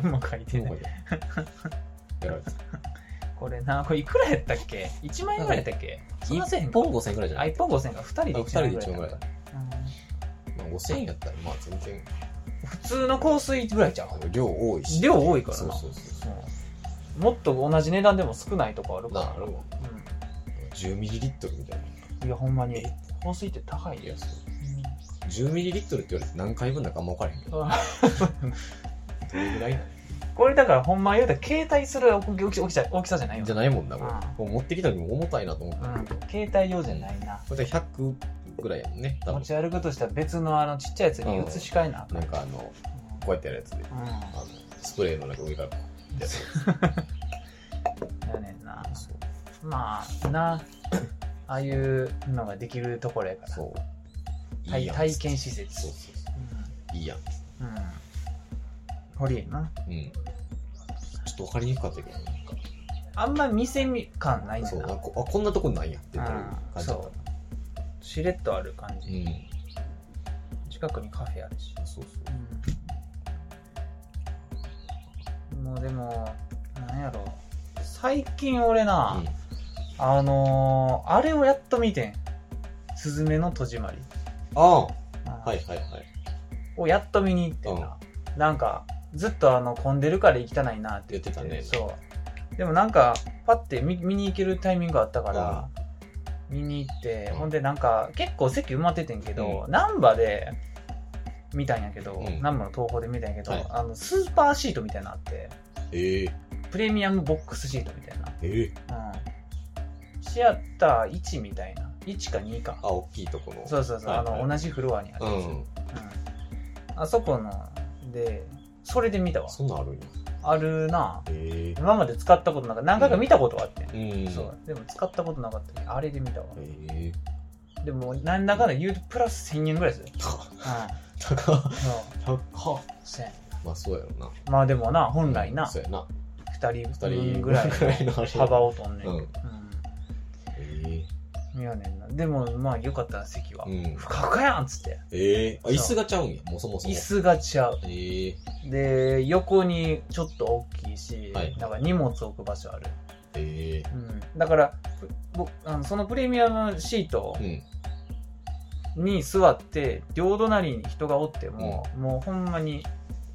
A: 何も書いてな
B: 何も書
A: い。
B: い てない。やられてた。
A: これな、これいくらやったっけ ?1 万円ぐらいやったっけそんなせえへん
B: 1
A: か。
B: 本5000円くらいじゃ
A: あ、
B: ない
A: 1本5000円か。2人で
B: あ二人で1万
A: 円
B: 円
A: ぐ
B: く
A: ら
B: ら
A: い
B: い
A: やった。うん
B: まあ、5000円やったら、まあ全然、
A: 普通の香水ぐらいちゃう
B: 量多いし。
A: 量多いからな
B: そうそうそう。
A: うんもっと同じ値段でも少ないとこあるか
B: な
A: ら
B: あ、あれも、
A: う
B: 10ミリリットルみたいな。
A: ん、いやほんまに
B: え
A: 香水って高い
B: い
A: よ
B: や、そう。10ミリリットルって言われて何回分だかあんま分からへんけ ど。どれぐらいな
A: これだからほんま言うたら携帯する大き大きさ大きさじゃないよ
B: んじゃないもんな、これ
A: うん。
B: もう持ってきたのにも重たいなと思っ
A: う
B: た
A: ん
B: けど。、
A: 携帯用じゃないな
B: これで100ぐらいやもんね、
A: 持
B: 多分。
A: ち歩くとしたら別のあのちっちゃいやつに移し替えな、
B: なんかあの、こうやってやるやつで、
A: うん
B: あの、スプレーのなんか上からこうやってや
A: やねんな
B: る。そう。
A: まあなああいうのができるところやから
B: そう。いい
A: 体
B: やん
A: 体験施設
B: そうそうそ
A: うん
B: う。いいやん。
A: うん堀江な
B: うん。ちょっと分かりにくかったけど、なんか。
A: あんま店感ないんだ
B: そう、あ
A: な
B: こあこんなとこなんやって
A: う
B: いうん感じだった
A: そ。うしれっとある感
B: う
A: じ、
B: ん。
A: 近くにカフェあるし、
B: そうそう。
A: もうでもなんやろ最近俺な、
B: うん
A: あのー、あれをやっと見てん。スズメの戸締まり。
B: ああ、
A: は
B: はい。はいはい。
A: をやっと見に行ってんな。なんか、ずっとあの、混んでるから行きたないなって
B: 言ってたね。
A: そう。でもなんか、パって見見に行けるタイミングあったから、見に行って、
B: うん
A: ほんでなんか、結構席埋まっててんけど、
B: う
A: 難波で見たんやけど、
B: うん
A: 難波の東宝で見たんやけど、
B: はい
A: あの、スーパーシートみたいなのあって、
B: えー、
A: プレミアムボックスシートみたいな。
B: えー、
A: うん。シアター1みたいな。1か2か。
B: あ、大きいところ。
A: そうそうそう、
B: はいはい
A: あの、同じフロアにある
B: う
A: やつ。うん
B: ん。
A: あそこの、で、それで見たわ。
B: そんなんあるんや。
A: あるな
B: え
A: 今まで使ったことなんか何回か見たことはあってん、
B: ー、うん。
A: そう。でも使ったことなかったけどあれで見たわ
B: えー、
A: でもなんだかんだ言うとプラス1000円ぐらいする
B: 高っ
A: うん
B: 高っ
A: そう
B: 高っ
A: せん
B: まあそうやろな。
A: まあでもな本来な
B: そうやな。
A: 2人
B: 二人
A: 分ぐらい
B: ぐらいのあれ
A: の幅をとんねん
B: うん。え
A: うんいやねんなでもまあよかったな席は
B: ー、うん。
A: 不可かやんっつって
B: えー、あ、椅子がちゃうんや、もうそもそも。
A: 椅子がちゃう
B: えー、
A: で横にちょっと大きいし、
B: はい
A: なんか荷物置く場所ある、
B: え
A: うん、だからぷ僕あのそのプレミアムシートを
B: ー、うん。
A: に座って両隣に人がおっても、もうほんまに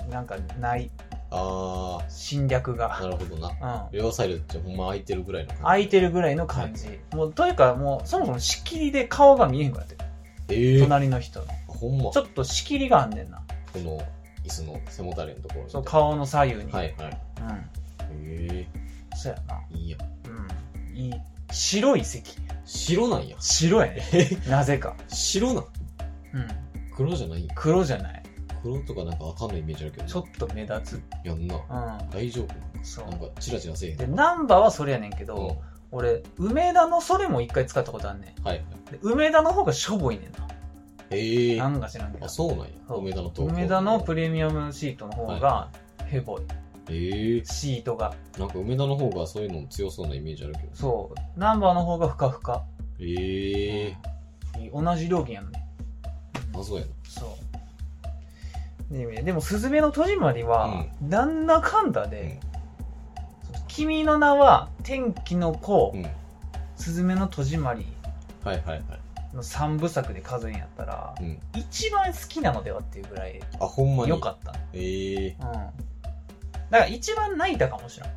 A: なんかない
B: あ
A: 侵略
B: ー、な
A: が、
B: るほどな。
A: うん、
B: 両サイドってほんま空いてるぐらいの感じ。
A: 空いてるぐらいの感じ、もうというかもうそもそも仕切りで顔が見えへんくなってる
B: ええー、
A: 隣の人の
B: ほんま。
A: ちょっと仕切りがあんねんな
B: この椅子の背もたれのところみた
A: そ
B: いうな
A: 顔の左右に、
B: はいはい。
A: うん
B: え
A: そうやな
B: えいいやん。
A: うんいい白い席
B: 白なんや。
A: 白やね
B: え
A: なぜか、
B: 白なん
A: うん、
B: 黒じゃないんや
A: 黒じゃない
B: 黒とかなんか赤のイメージあるけど。
A: ちょっと目立つ
B: やんな。
A: う
B: 大丈夫
A: んそ
B: なん
A: う
B: かチラチラせえへん。
A: で難波はそれやねんけ
B: うん。は
A: ど、俺梅田のそれも一回使ったことあんねん
B: いはい。
A: で梅田の方がしょぼいねんな。
B: ええ
A: な
B: ー。
A: んか知らんけど
B: あ、。そうなんや。
A: そう
B: 梅田のとこ。
A: 梅田のプレミアムシートの方がヘボい。
B: ええ
A: シートが。
B: ー。なんか梅田の方がそういうの強そうなイメージあるけど。
A: そう。ナンバーの方がふかふか。
B: ええ
A: 同じ料金やのね。
B: ー。あ、そうやな。
A: そう。ででも、すずめの戸締まりは、なんだかんだで、君の名は天気の子
B: う、ん。
A: すずめの戸締まり
B: はいはいはい。
A: の3部作で数えんやったら、
B: うん。
A: 一番好きなのではっていうぐらい
B: あ、ほんまに。
A: 良かった。
B: ええー。
A: うん。だから一番泣いたかもしれん。
B: あ、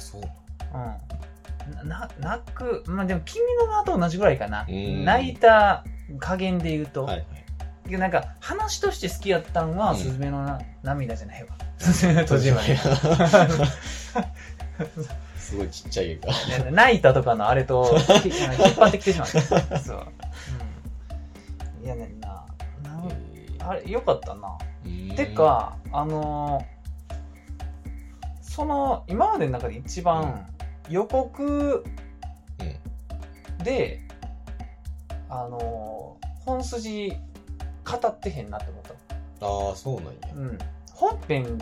B: そうなん
A: うん。な、な泣く、まあでも、君の名と同じぐらいかな。
B: うん
A: 泣いた加減で言うと、
B: はいはい。
A: なんか、話として好きやったんは、
B: うん
A: すずめのな涙じゃないわ。すずめの戸締ま り。
B: すごいちっちゃい映画。
A: 泣いたとかのあれと、き引っ張ってきて しまった。そう。うん。いやねんな。なんあれ、よかったな。てか、あのーその、今までの中で一番予告で、あのー本筋語ってへんなって思っ
B: うん、ああ、そうなんや。
A: た。うん。本編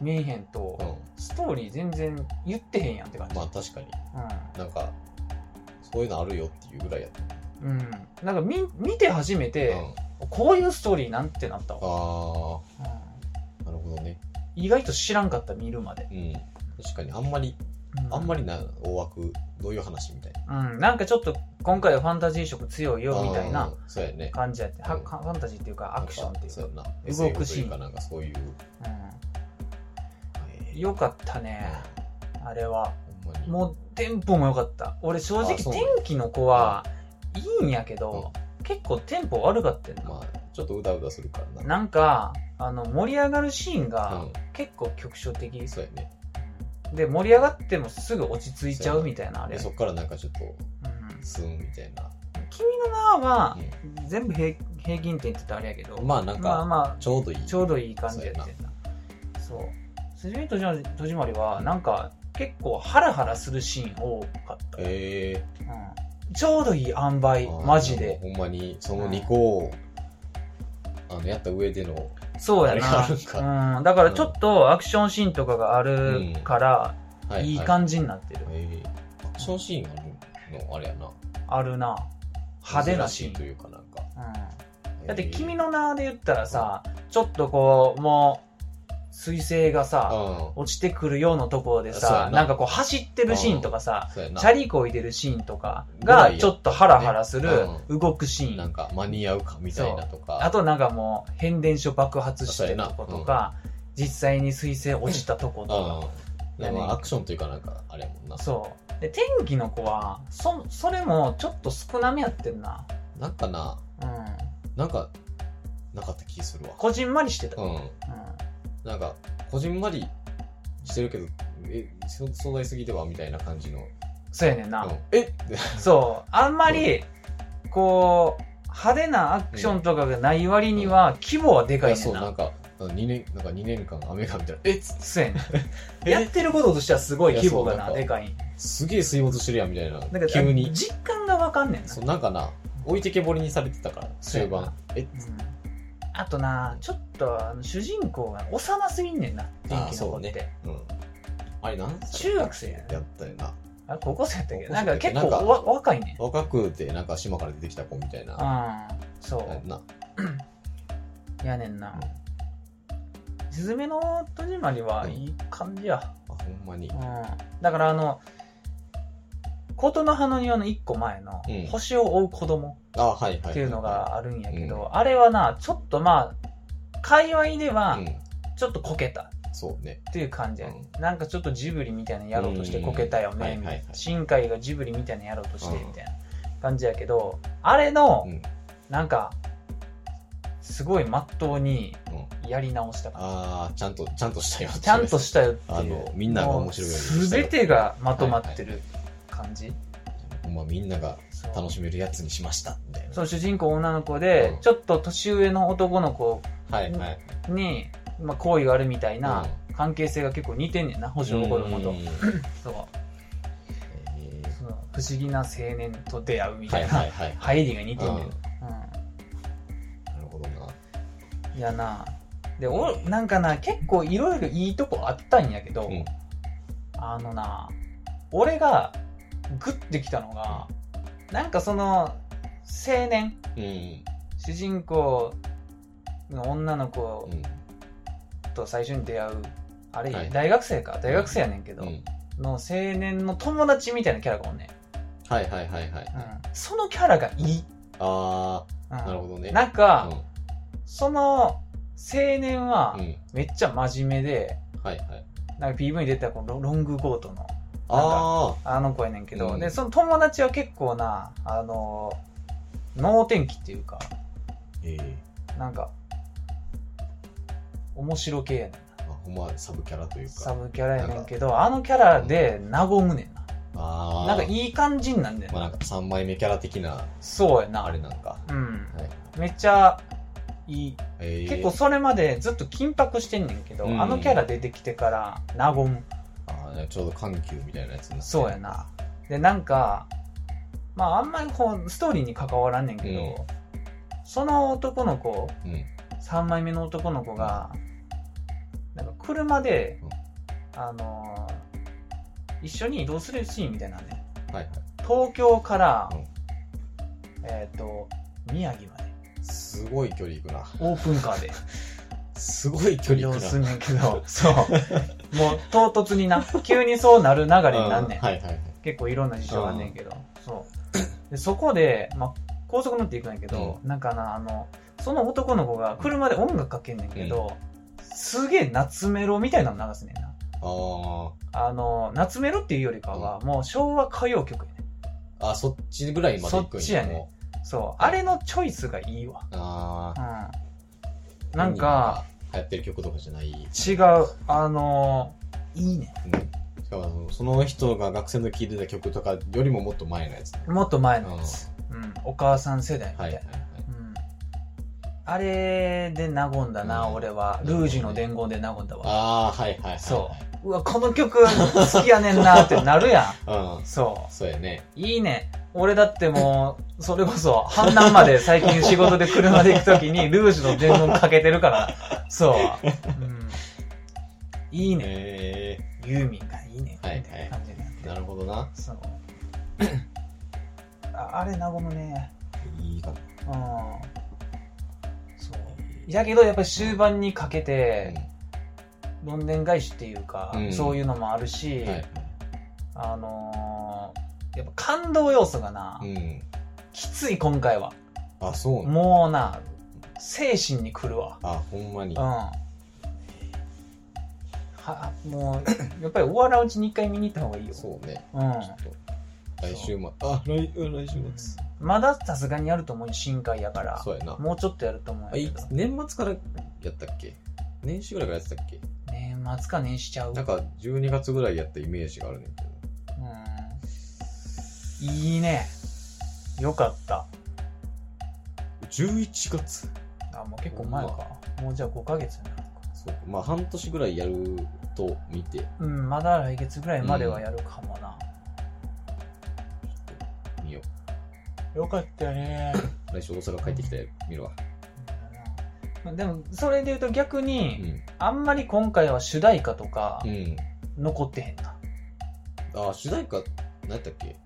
A: 見えへんと、
B: う
A: ストーリー全然言ってへんやんって感
B: ん。
A: じ。
B: まあ確かに、なんか、そういうのあるよっていうぐらいやった。
A: うん。うん。なんか見、見て初め
B: う
A: て、
B: ん、
A: こういうストーリーなんてなったわ。
B: あ
A: うん
B: あ、なるほどね。
A: 意外と知らんかった、見るまで。
B: うん。確かに、あんまり、あんまりな、大枠、どういう話みたいな。
A: うん、なんかちょっと今回はファンタジー色強いよみたいな
B: うん。そうやね。
A: 感じやって、は
B: うん
A: ファンタジーっていうかアクションっていう
B: そう
A: か、
B: や
A: 動
B: な。
A: く
B: SF
A: シーン
B: というか、なんかそういう。
A: うん、よかった
B: え
A: ね
B: ー
A: あれは
B: ほんまに。
A: もうテンポも良かった俺正直
B: あそう
A: 天気の子はいいんやけど、結構テンポ悪かったよな、
B: まあ、ちょっとうだうだするからな。
A: なんかあの盛り上がるシーンが
B: うん。
A: 結構局所的、
B: そうやね。
A: で盛り上がってもすぐ落ち着いちゃうみたいなあれ、
B: で、
A: う
B: そっからなんかちょっと、
A: ん、
B: すんみたいな。
A: 君の名は
B: うん
A: 全部平平均点って言ったらあれやけど、
B: まあなん
A: まあ
B: か、
A: まあ
B: ちょうどいい。
A: ちょうどいい感じやってんな。そう。すじめとじまとじまりは、なんか、結構ハラハラするシーン多かった。
B: え
A: うん、ちょうどいい塩梅
B: えー。
A: マジで。
B: ほんまに、その2個を、あの、やった上での、
A: そうや
B: あれがあるん
A: な。うん。だからちょっとアクションシーンとかがあるから、
B: はい
A: い
B: はい
A: 感じになってる。
B: えーアクションシーンあるのあれやな。
A: あるな。派手なシー
B: 珍しいと
A: ン。
B: いうかなんか。
A: うん、
B: えー
A: だって、君の名で言ったらさ、ちょっとこう、もう、彗星がさ、
B: う
A: 落ちてくるようなところで
B: そうや
A: さ、
B: な
A: なんかこう走ってるシーンとかさ、
B: ん。そうやな。
A: チャリこいでるシーンとか
B: ぐらい
A: が
B: や
A: ちょっとハラハラする
B: う
A: 動くシー
B: な
A: ン
B: んか、間に合うかみたいなとか。
A: あ、となんかもう変電所爆発してると
B: そう
A: こ
B: やな
A: とか実際に彗星落ちたとこ
B: う
A: とか
B: なんかアクションというかなんかあれやもんな
A: そうで天気の子はそそれもちょっと少なめやってんな
B: なんかな
A: うん
B: なんかなかった気するわ
A: こじんまりしてた、うん
B: うんなんかこじんまりしてるけどえそ壮大すぎではみたいな感じの
A: そうやねんな、
B: うんえって
A: そうあんまりこう派手なアクションとかがない割には規模はでかい
B: いや
A: ね
B: そ
A: ん
B: う
A: な、
B: なんか2年なんか2年間雨がみたいなえっつ
A: そうやねん
B: え
A: やってることとしてはすごい規模が
B: いや
A: な
B: そうなんか
A: でかいん
B: すげえ水没してるやんみたいな
A: だから
B: 急に
A: 実感がわかんねんな
B: そうなんかな置いてけぼりにされてたから
A: そう
B: 終
A: やな
B: 盤え
A: うんあとなちょっとあの主人公が幼すぎんねんな天
B: あ
A: 気の
B: そ
A: 子
B: う
A: って、
B: ねうんあれなん歳
A: 中学生や
B: やったよな
A: あ高校生やったっけど
B: 高校
A: なん
B: 生
A: か
B: やったっけ
A: 結構
B: なんか
A: わ若いね
B: 若くてなんか島から出てきた子みたいな
A: うんそ
B: な
A: うやねんな「すずめの戸締まり」は
B: うん
A: いい感じや
B: あほんまに
A: うんだからあの琴の葉の庭の一個前の
B: う
A: 「
B: ん
A: 星を追う子供
B: あはいはいは
A: っていうのがあるんやけ
B: う
A: どあれはなちょっとまあ界隈では
B: うん
A: ちょっとこけた
B: そうね
A: っていう感じやね、なんかちょっとジブリみたいなのやろうとしてこけたよ
B: うんはい
A: ね、
B: は
A: み
B: い
A: た
B: はい
A: いな新海がジブリみたいなのやろうとして
B: うん
A: みたいな感じやけど、あれの
B: うん
A: なんかすごいまっとうに
B: うん
A: やり直したから、
B: ああちゃんとちゃんとしたよ
A: ちゃんとしたよっていう
B: あのみんなが面白いようにしたよ
A: もう全てがまとまってる感じ、
B: ほんまみんなが
A: そう
B: 楽しめるやつにしましたみたいな
A: そう主人公女の子で、
B: うん
A: ちょっと年上の男の子
B: はいはい
A: に、まあ、好意があるみたいな
B: う
A: 関係性が結構似てんねんな星の子供と、
B: うんえ
A: そう
B: ー
A: その不思議な青年と出会うみた
B: はいい
A: な、
B: はいはい
A: 入りが似てんねん、
B: うんなるほどな
A: うん、いやなでおなんかな結構いろいろいいとこあったんやけど、
B: うん
A: あのな俺がグッてきたのがなんかその青年
B: うん
A: 主人公の女の子
B: うん
A: と最初に出会うあれ、
B: はい
A: 大学生か大学生やねんけど、
B: うん
A: の青年の友達みたいなキャラがおんねん、
B: はいはいはいはい
A: うん、そのキャラがいい、
B: あ
A: うん、
B: あなるほどね
A: なんか、
B: うん
A: その青年は
B: うん
A: めっちゃ真面目で、
B: はいはい
A: なんか PV に出てたこのロロングコートの
B: あ
A: あの子やねんけど、
B: うん
A: で、その友達は結構な、あの、能天気っていうか、
B: ーええ
A: なんか、面白系やねんな。
B: あほんまサブキャラというか
A: サブキャラやねんけど、あのキャラで和むねんな。
B: ああ
A: なんかいい感じになんねん
B: まあ
A: な。
B: なんか3枚目キャラ的な
A: そうやな。
B: あれなんか
A: うん。
B: はい
A: めっちゃいい。
B: えー
A: 結構それまでずっと緊迫してんねんけど、
B: うん
A: あのキャラ出てきてから和む。
B: あーちょうど緩急みたいなやつになってる
A: そうやな。で、なんか、まあ、あんまりこう、ストーリーに関わらんねんけど、その男の子、
B: うん
A: 3枚目の男の子が、なんか車で
B: うん、
A: あのー一緒に移動するシーンみたいなね、
B: はいは
A: 東京から
B: うん、
A: えっと、宮城まで、
B: いすごい距離いくな
A: オープンカー で
B: すごい距
A: 移
B: 離
A: 動
B: いくな
A: すんねんけど、そう。もう唐突にな、急にそうなる流れになんねん
B: う。はいはいはい
A: 結構いろんな事情があんねんけど、そうでそこで、まあ、高速乗っていくんやけど、なんかなあのその男の子が車で音楽かけんねんけど、すげえ夏メロみたいなの流すねんな
B: あ
A: あの夏メロっていうよりかは、もう昭和歌謡曲やね
B: ーあそっちぐらいまで行く
A: そっ
B: ん
A: ちやね
B: もう
A: そうあれのチョイスがいいわ
B: あ
A: うん
B: ー
A: なんか
B: 流行ってる曲とかじゃない、うん、し
A: 違うあのいいね
B: かもあのその人が学生の聴いてた曲とかよりももっと前のやつね
A: もっと前のやつ、うん、お母さん世代みた
B: はいい
A: な
B: はいはい
A: うんあれで和んだな、
B: うん
A: 俺は。ルージュの伝言で和んだわ。
B: ああはいはいはいはい
A: そうわ、この曲好きやねんなってな るや
B: う、うん
A: ん。、そ
B: そうやね
A: う。いいね。俺だってもう、それこそ、阪南まで最近仕事で車で行くときに、ルージュの伝言かけてるから。そう。うん、いいね。
B: え
A: ユーミンがいいね。
B: はいはい
A: みたいな感じになっ
B: ー、
A: て
B: なるほどな
A: そう。ああれ、和むね。
B: いいか
A: う
B: な
A: ん。そう。だけどやっぱり終盤にかけてどんでん返しっていうか、
B: うん
A: そういうのもあるし、
B: うん、はい
A: あのーやっぱ感動要素がな、
B: うん
A: きつい今回は、
B: あそうなん
A: もうな精神にくるわ
B: あほんまに
A: うんはも う、やっぱり終わらうちに一回見に行った方がいいよ。
B: そうね。
A: うん
B: ちょっと、来週末。あ、来、うん来週末。
A: まださすがにやると思うよ、深海やから。
B: そうやな。
A: もうちょっとやると思
B: あ
A: うよ
B: い。年末からやったっけ年始ぐらいからやってたっけ
A: 年末か年しちゃう。
B: なんか、12月ぐらいやったイメージがあるねんけど。
A: うん。いいね。よかった。
B: 11月
A: あ、もう結構前か。もうじゃあ5ヶ月になるか。
B: そうか。まあ、半年ぐらいやると見て、
A: うん、まだ来月ぐらいまではやるかもな。
B: 見よ
A: よかったよね。
B: う。来週大阪帰ってきて見るわ。
A: まあでも、それで言うと逆
B: う
A: に、
B: ん。
A: あんまり今回は主題歌とか
B: うん。
A: 残ってへんな。
B: あ、主題歌、何やったっけ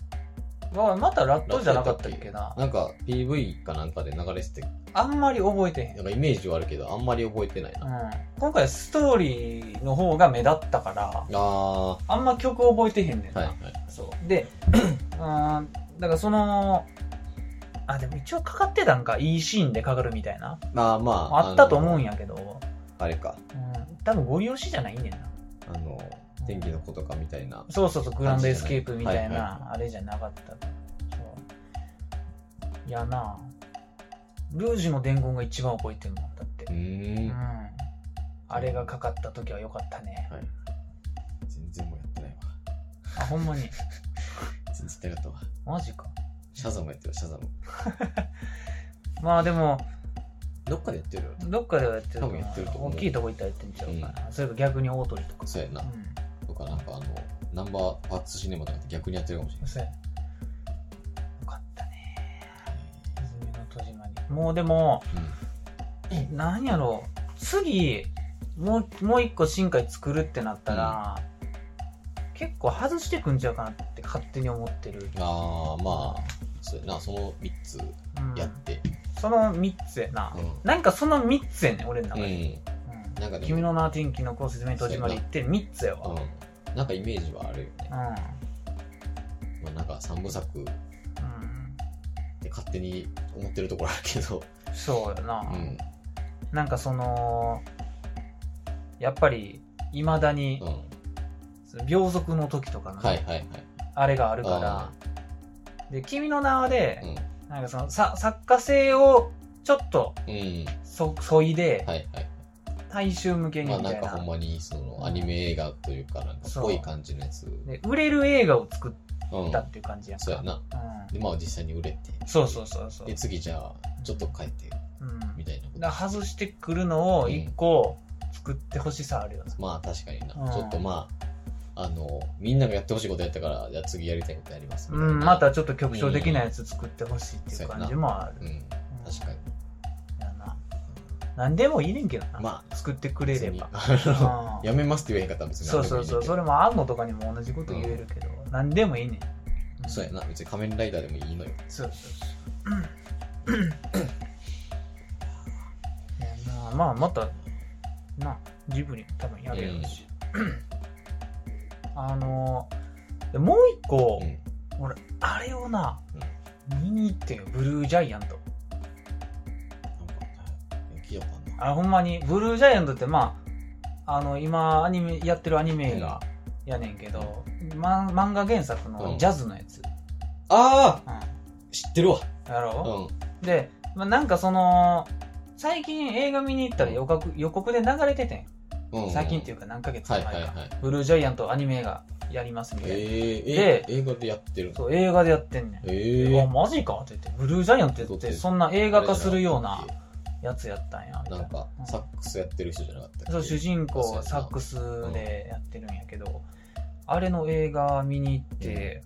A: まあまたラットじゃなかったっけな。
B: なんか PV かなんかで流れてて、
A: あんまり覚えてへん
B: な。んかイメージはあるけど、あんまり覚えてないな。
A: うん、今回はストーリーの方が目立ったから
B: あ
A: あんま曲覚えてへんねん
B: ー、
A: な、
B: はいはい。
A: そうで あーだからそのあでも一応かかってたんかいいシーンでかかるみたいな
B: まあまあ。
A: あったと思うん
B: や。
A: やけど、
B: あれか。
A: うん、多分ゴリ押しじゃないねんな
B: あの、天気の子とかみたいな。
A: そうそうそうグランドエスケープみたい
B: はいはい
A: なあれじゃなかったそういやなルージュの伝言が一番覚えてるもんだって
B: う、ー
A: うん
B: ん。
A: あれがかかった時は良かったね
B: 全然もうやってないわ。
A: あほんまに
B: 全然やってなかったわ。
A: マジか
B: シャザムやってるわ、シャザム。
A: まあでも
B: どっかでやってるよ。
A: どっかではやってると
B: 多分やってると
A: 思
B: 思
A: う
B: う
A: 大きいとこ行ったらやってんちゃうかな、それか逆に大鳥とか
B: そうやな。
A: う
B: とか、なんかあの、ナンバーパーツシネマとかって逆にやってるかもしれ
A: ん
B: ない。
A: そうやよかったね泉の戸締まりもうでも何やろう次もうもう一個深海作るってなったら、結構外してくんちゃうかなって勝手に思ってる、
B: うん。あー、まあ、そうやな。その3つ
A: うん
B: やって。
A: その3つやな、
B: うん。
A: なんかその3つやねん俺の
B: う
A: 中
B: ん。う
A: で、
B: ん。
A: うん
B: なんかでも
A: 君の名は天気の子説明戸締まりって3つやわ、
B: なんかイメージはあるよね。
A: うん
B: まあなんか三部作って
A: う
B: 勝手に思ってるところあるけど。
A: んそうやな、
B: うん。
A: なんかそのやっぱりいまだに
B: うん。
A: 秒速の時とかの、
B: はいはいはい。
A: あれがあるからで君の名はで、
B: うん。
A: なんかそのさ作家性をちょっと
B: うん。
A: そそいで、
B: はいはい。
A: 大衆向けに
B: まあ
A: み
B: な
A: た
B: ん
A: い
B: か
A: な,、
B: ほんまにそのアニメ映画というかなんかっぽい感じのやつ。うん。
A: で売れる映画を作ったっていう感じやん
B: そうや
A: か、
B: な。
A: うん
B: で、まあ実際に売れて。
A: そうそうそうそう
B: で、、次じゃあ、ちょっと変えて、
A: うん、
B: みたいなこと。
A: だから外してくるのを一個作ってほしさあるよな、
B: まあ確かにな。
A: うん
B: ちょっとまあ、あの、みんながやってほしいことやったから、じゃあ次やりたいことやりますみたいな。
A: うん、またちょっと曲調できないやつ作ってほしいっていう感じもある、
B: うん。確かに。
A: やな何でもいいねんけどな、
B: ま
A: 作ってくれれば
B: 別にあの
A: うん
B: やめますって言えへんかったら別に
A: そうそうそうそ
B: れ
A: れもあんのとかにも同じこと言えるけど、何でもいいねん、ん
B: そうやな別に仮面ライダーでもいいのよ
A: そうそうそう やなまあまたなジブリも多分やるやろうし、あのでもう一個、
B: うん
A: あれをな、見に行ってんよブルージャイアント
B: なんか聞いたことあんな
A: あほんまにブルージャイアントってまああの今アニメやってるアニメ映画やねんけど、ま、漫画原作
B: う
A: の
B: ん
A: ジャズのやつ、う
B: あ
A: ん
B: ー知ってるわ
A: や
B: う
A: ろ
B: ん
A: う、で、ま、なんかその最近映画見に行ったら予告予告で流れててん
B: うんうん
A: 最近っていううか何ヶ月か
B: はい
A: 前か、
B: はいはい
A: ブルージャイアントアニメ映画やりますみたいな、
B: えーえ映画でやってるの
A: そう映画でやってんねん
B: え
A: うわ
B: ー
A: マジかって言ってブルージャイアントってってそんな映画化するようなやつやったんやみたい
B: なんか
A: うん
B: サックスやってる人じゃなかったっけ
A: そう主人公はサックスでやってるんやけど、あれの映画見に行って、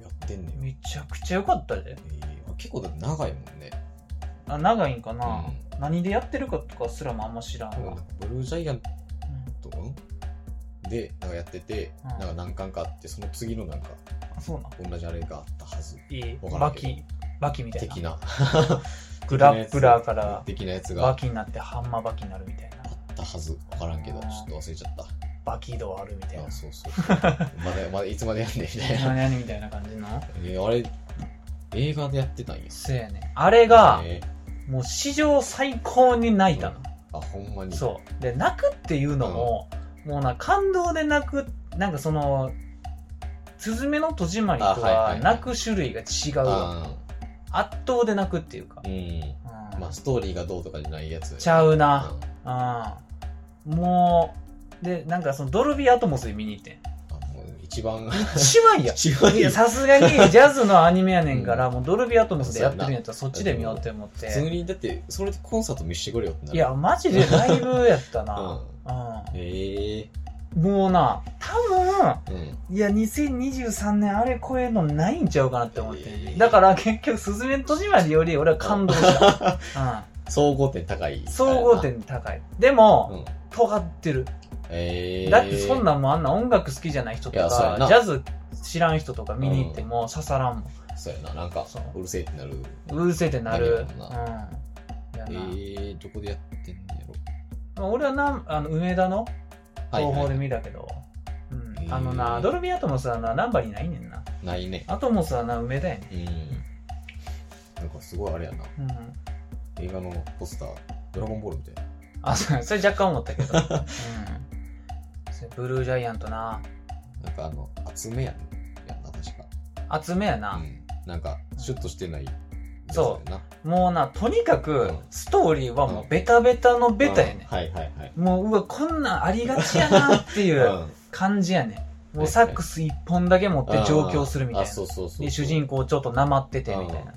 B: やってんねよ
A: めちゃくちゃ良かったで
B: えー結構だって長いもんね
A: あ長いんか
B: う
A: な、何でやってるかとかすらもあんま知らん
B: ん
A: わ、う
B: な
A: んん
B: かブルージャイアントうんでなんかやってて
A: うん
B: なんか何巻かあってその次のなんか
A: あそうなん
B: 同じあれがあったはず
A: いい
B: わか
A: バ
B: らんけど
A: キバキみたいな
B: 的 な
A: グラップラーから
B: 的なやつがあ
A: バ
B: っ
A: キになってハンマーバキになるみたいな
B: たはず分からんけどちょっと忘れちゃった
A: バキ度あるみたいな
B: あそうそう そうまだまだいつまでやんねんみたいな
A: 何々みたいな感じの
B: え ーあれ映画でやってたんや
A: せやねんあれが
B: え
A: もう史上最高に泣いたの、
B: ーあ、ほんまに。
A: そう。で、泣くっていうのも、もうな、感動で泣く、なんかその、スズメの戸締まりと
B: あはいはい
A: は
B: はい
A: 泣く種類が違うわ。
B: あ
A: 圧倒で泣くっていうか
B: ー。うん。
A: うん
B: まあ、ストーリーがどうとかじゃないやつ。
A: ちゃう
B: う
A: な。
B: ん。
A: うん。もう、で、なんかそのドルビーアトモスで見に行ってん。
B: あもう一番、
A: 一番や。
B: 一番い
A: い
B: い
A: や、
B: 普
A: さすが にジャズのアニメやねんから、もうドルビーアトモスでやってるんやったらそっちで見ようって思って。
B: 通に、だって、それでコンサート見せてくれよってなる。
A: いや、、マジでライブやった
B: う
A: な。
B: ん。
A: う
B: ええ
A: ん。もうな、多分、
B: うん。
A: いや、2023年あれ超えるのないんちゃうかなって思って
B: え。ー
A: だから結局、スズメの戸締まりより俺は感動 した。う
B: 総合点高い。
A: ん。総合。点高い。で
B: う
A: も、
B: ん。
A: 尖ってる。
B: ええ
A: だってそん
B: な。
A: なんもんあんな音楽好きじゃない人と
B: いやそうや
A: か
B: な、
A: ジャズ知らん人とか見に行っても刺さらんもん。
B: そうやな。なんか
A: そう、
B: うるせえってなる。
A: うるせえってなる。うん。
B: な
A: や
B: る
A: な
B: ええどこでやってんのやろ。
A: まあ俺はなんあの梅田の
B: はい、
A: 方法
B: は
A: で
B: い。
A: 見たけど、うん
B: へー
A: あのな、ドルビーアトモスはな、ナンバリーないねんな。
B: ないね。
A: アトモスはな、梅田やね
B: うん。なんかすごいあれやな。
A: ん。うん。
B: 映画のポスター、ドラゴンボールみたいな。
A: あ、そうそれ若干思ったけ ど。うん。それブルージャイアントな、
B: なんかあの、厚めやん。やんな、確か。
A: 厚めや
B: う
A: な。
B: ん。なんか、シュッとしてない。。
A: そう
B: な
A: もうな、とにか
B: う
A: く
B: ん、
A: ストーリーはもうベタベタのベタやね
B: はいはいはい。
A: ん。もう、うわ、こんなんありがちやなっていううん感じやねん。もうサックス一本だけ持って上京するみたい
B: あ
A: な
B: そ。うそうそう。
A: で主人公ちょっとなまっててみたいな、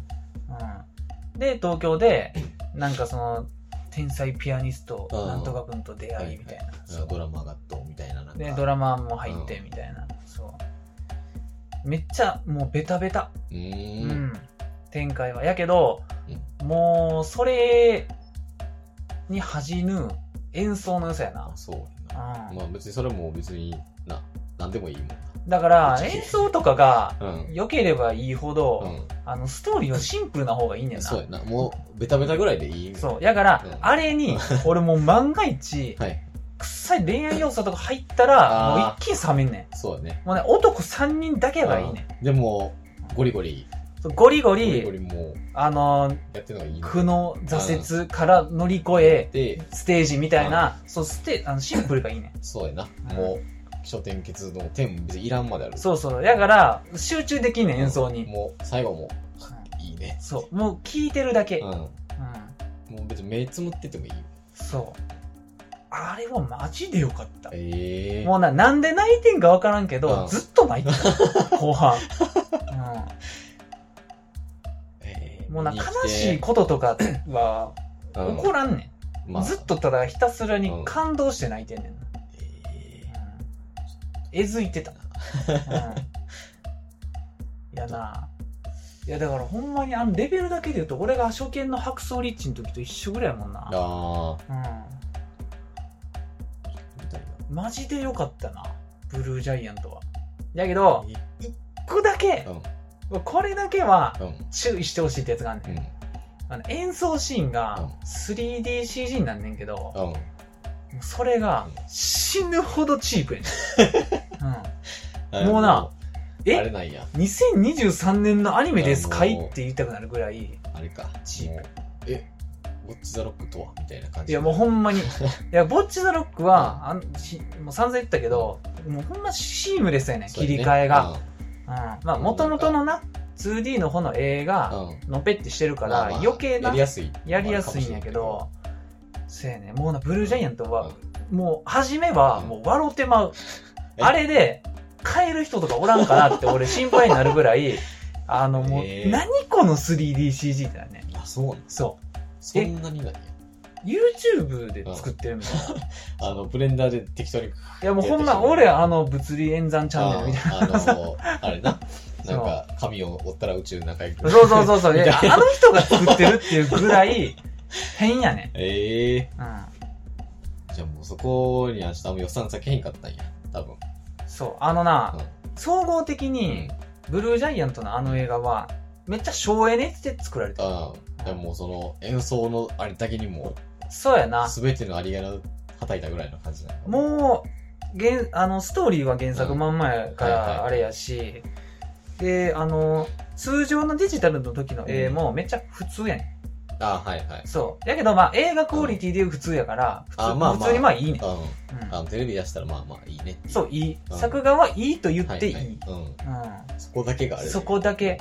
A: うん、で東京でなんかその天才ピアニスト
B: うん
A: なんとか君と出会いみたいな、
B: うんドラマがどうみたいななんか。
A: でドラマも入ってみたいな、そうめっちゃもうベタベタ、う
B: うー
A: ん
B: ん。
A: 展開はやけど、もうそれに恥じぬ演奏の良さやな
B: あ、、そうやな。
A: うん
B: まあ別にそれも別にな、なんでもいいもん
A: だから演奏とかが
B: な。うん。
A: 良ければいいほど、
B: う
A: あのストーリーはシンプルな方がいいねん
B: ん。
A: な
B: そうやな。もう、ベタベタぐらいでいい。
A: そう。やから、
B: うん
A: あれ に、俺もう万が一、
B: はい。
A: 臭い恋愛要素とか入ったら、
B: あー
A: もう一気に冷めんね
B: そうやね。
A: ん。もうね、男3人だけがいいね
B: うん。でも、ゴリゴリ、
A: ん。そうゴリゴ
B: ゴリゴ
A: リ、
B: リもう、
A: あのー、
B: やってるのがいい。
A: 苦悩、挫折から乗り越え、
B: で、
A: ステージみたいな、そう、ステ、あの、シンプルがいいねん。
B: そうやな
A: う。ん
B: もう、起承転結の点も別にいらんまである。
A: そうそう。やから、集中できんねん、演奏に。
B: もう、最後も、いいね。
A: そう。もう聴いてるだけ。
B: うん。
A: うん。
B: もう別に目つむっててもいいよ。
A: そう。あれはマジでよかった。
B: ええ。
A: もうな、なんで泣いてんかわからんけど、
B: うん
A: ずっと泣いて た。後半。うん。
B: ええ
A: もうな、悲しい、こととかは
B: うん
A: 起こらんねん。
B: まあ
A: ずっとただひたすらに感動して泣いてんねんな。
B: ええ
A: えずいてた。うんいやな。いやだからほんまにあのレベルだけで言うと俺が初見の白装リッチの時と一緒ぐらいやもんな。
B: あ
A: うん。
B: あ、みたいな。
A: マジでよかったな。ブルージャイアントは。だけど、ここだけ、これだけは
B: うん。うん。
A: 注意してほしいってやつがあんねん。あの演奏シーンが 3DCG になんねんけど、
B: うん。
A: もうそれが
B: う
A: 死ぬほどチープやね
B: うん。
A: もうな
B: もう、あ
A: ん。
B: れ
A: え
B: なんや。
A: 2023年のアニメですかい
B: あのー
A: って言いたくなるぐらい。
B: あれか。
A: チープ
B: もうえ、ウォッチ・ザ・ロックとはみたいな感
A: い
B: じ。
A: やもうほんまに。いや、ボッチ・ザ・ロックは、あんしもう散々言ったけど、もうほんまシームレスやねん、
B: そう
A: 切
B: やね
A: り替えが。。うん。まあ、もともとのな、2D の方の映
B: う
A: が、
B: ん。うん
A: のぺってしてるか
B: ま
A: ら
B: あ、まあ
A: 余計
B: や
A: な
B: り、やすい。
A: やりやすいんやけど、そうやねんもうな、ブルージャイアントは、もう、初めは、もう、笑うてまう。
B: え
A: あれで、帰る人とかおらんかなって、俺、心配になるぐらい、あの、もう、
B: えー
A: 何この 3DCG だね。
B: あるかもしれんけど。あ、そうなん
A: そ
B: そんなになんや。
A: う。YouTube で作ってるみたいな。
B: あの、ブレンダーで適当に。
A: いや、もうほんま、俺、あの、物理演算チャンネルみたい
B: ああの、あれな。なんか、髪を折ったら宇宙の中へ行
A: な。
B: く。
A: そうそうそうそう。い
B: み
A: や
B: たいな
A: あの人が作ってるっていうぐらい、変やね
B: ええ。
A: ん。うん。
B: じゃあもうそこにはちょっとあんま予算避けへんかったんや。多分。
A: そう。あのな、
B: う
A: 総合的
B: ん。
A: に、ブルージャイアントのあの映画は、めっちゃ省エネって作られてる。
B: うん。でももうその演奏のあれだけにも
A: そうやな。
B: すべてのありがらはたいたぐらいの感じなのかな
A: もう原あのストーリーは原作まんまやか
B: うんはい
A: ら
B: はい
A: あれやし、であの通常のデジタルの時の絵もめっちゃ普通やねん、
B: あはいはい。
A: そう。やけど、まあ、映画クオリティでいう普通やから、普通
B: あまあまあ
A: 普通にまあいいね。
B: う
A: うん
B: ん。あの、テレビ出したらまあまあいいねってい。
A: そう、いい。
B: うん
A: 作画はいいと言っていい。
B: ははうん。
A: う
B: そこだけがあ
A: ん。
B: る。
A: そこだけ。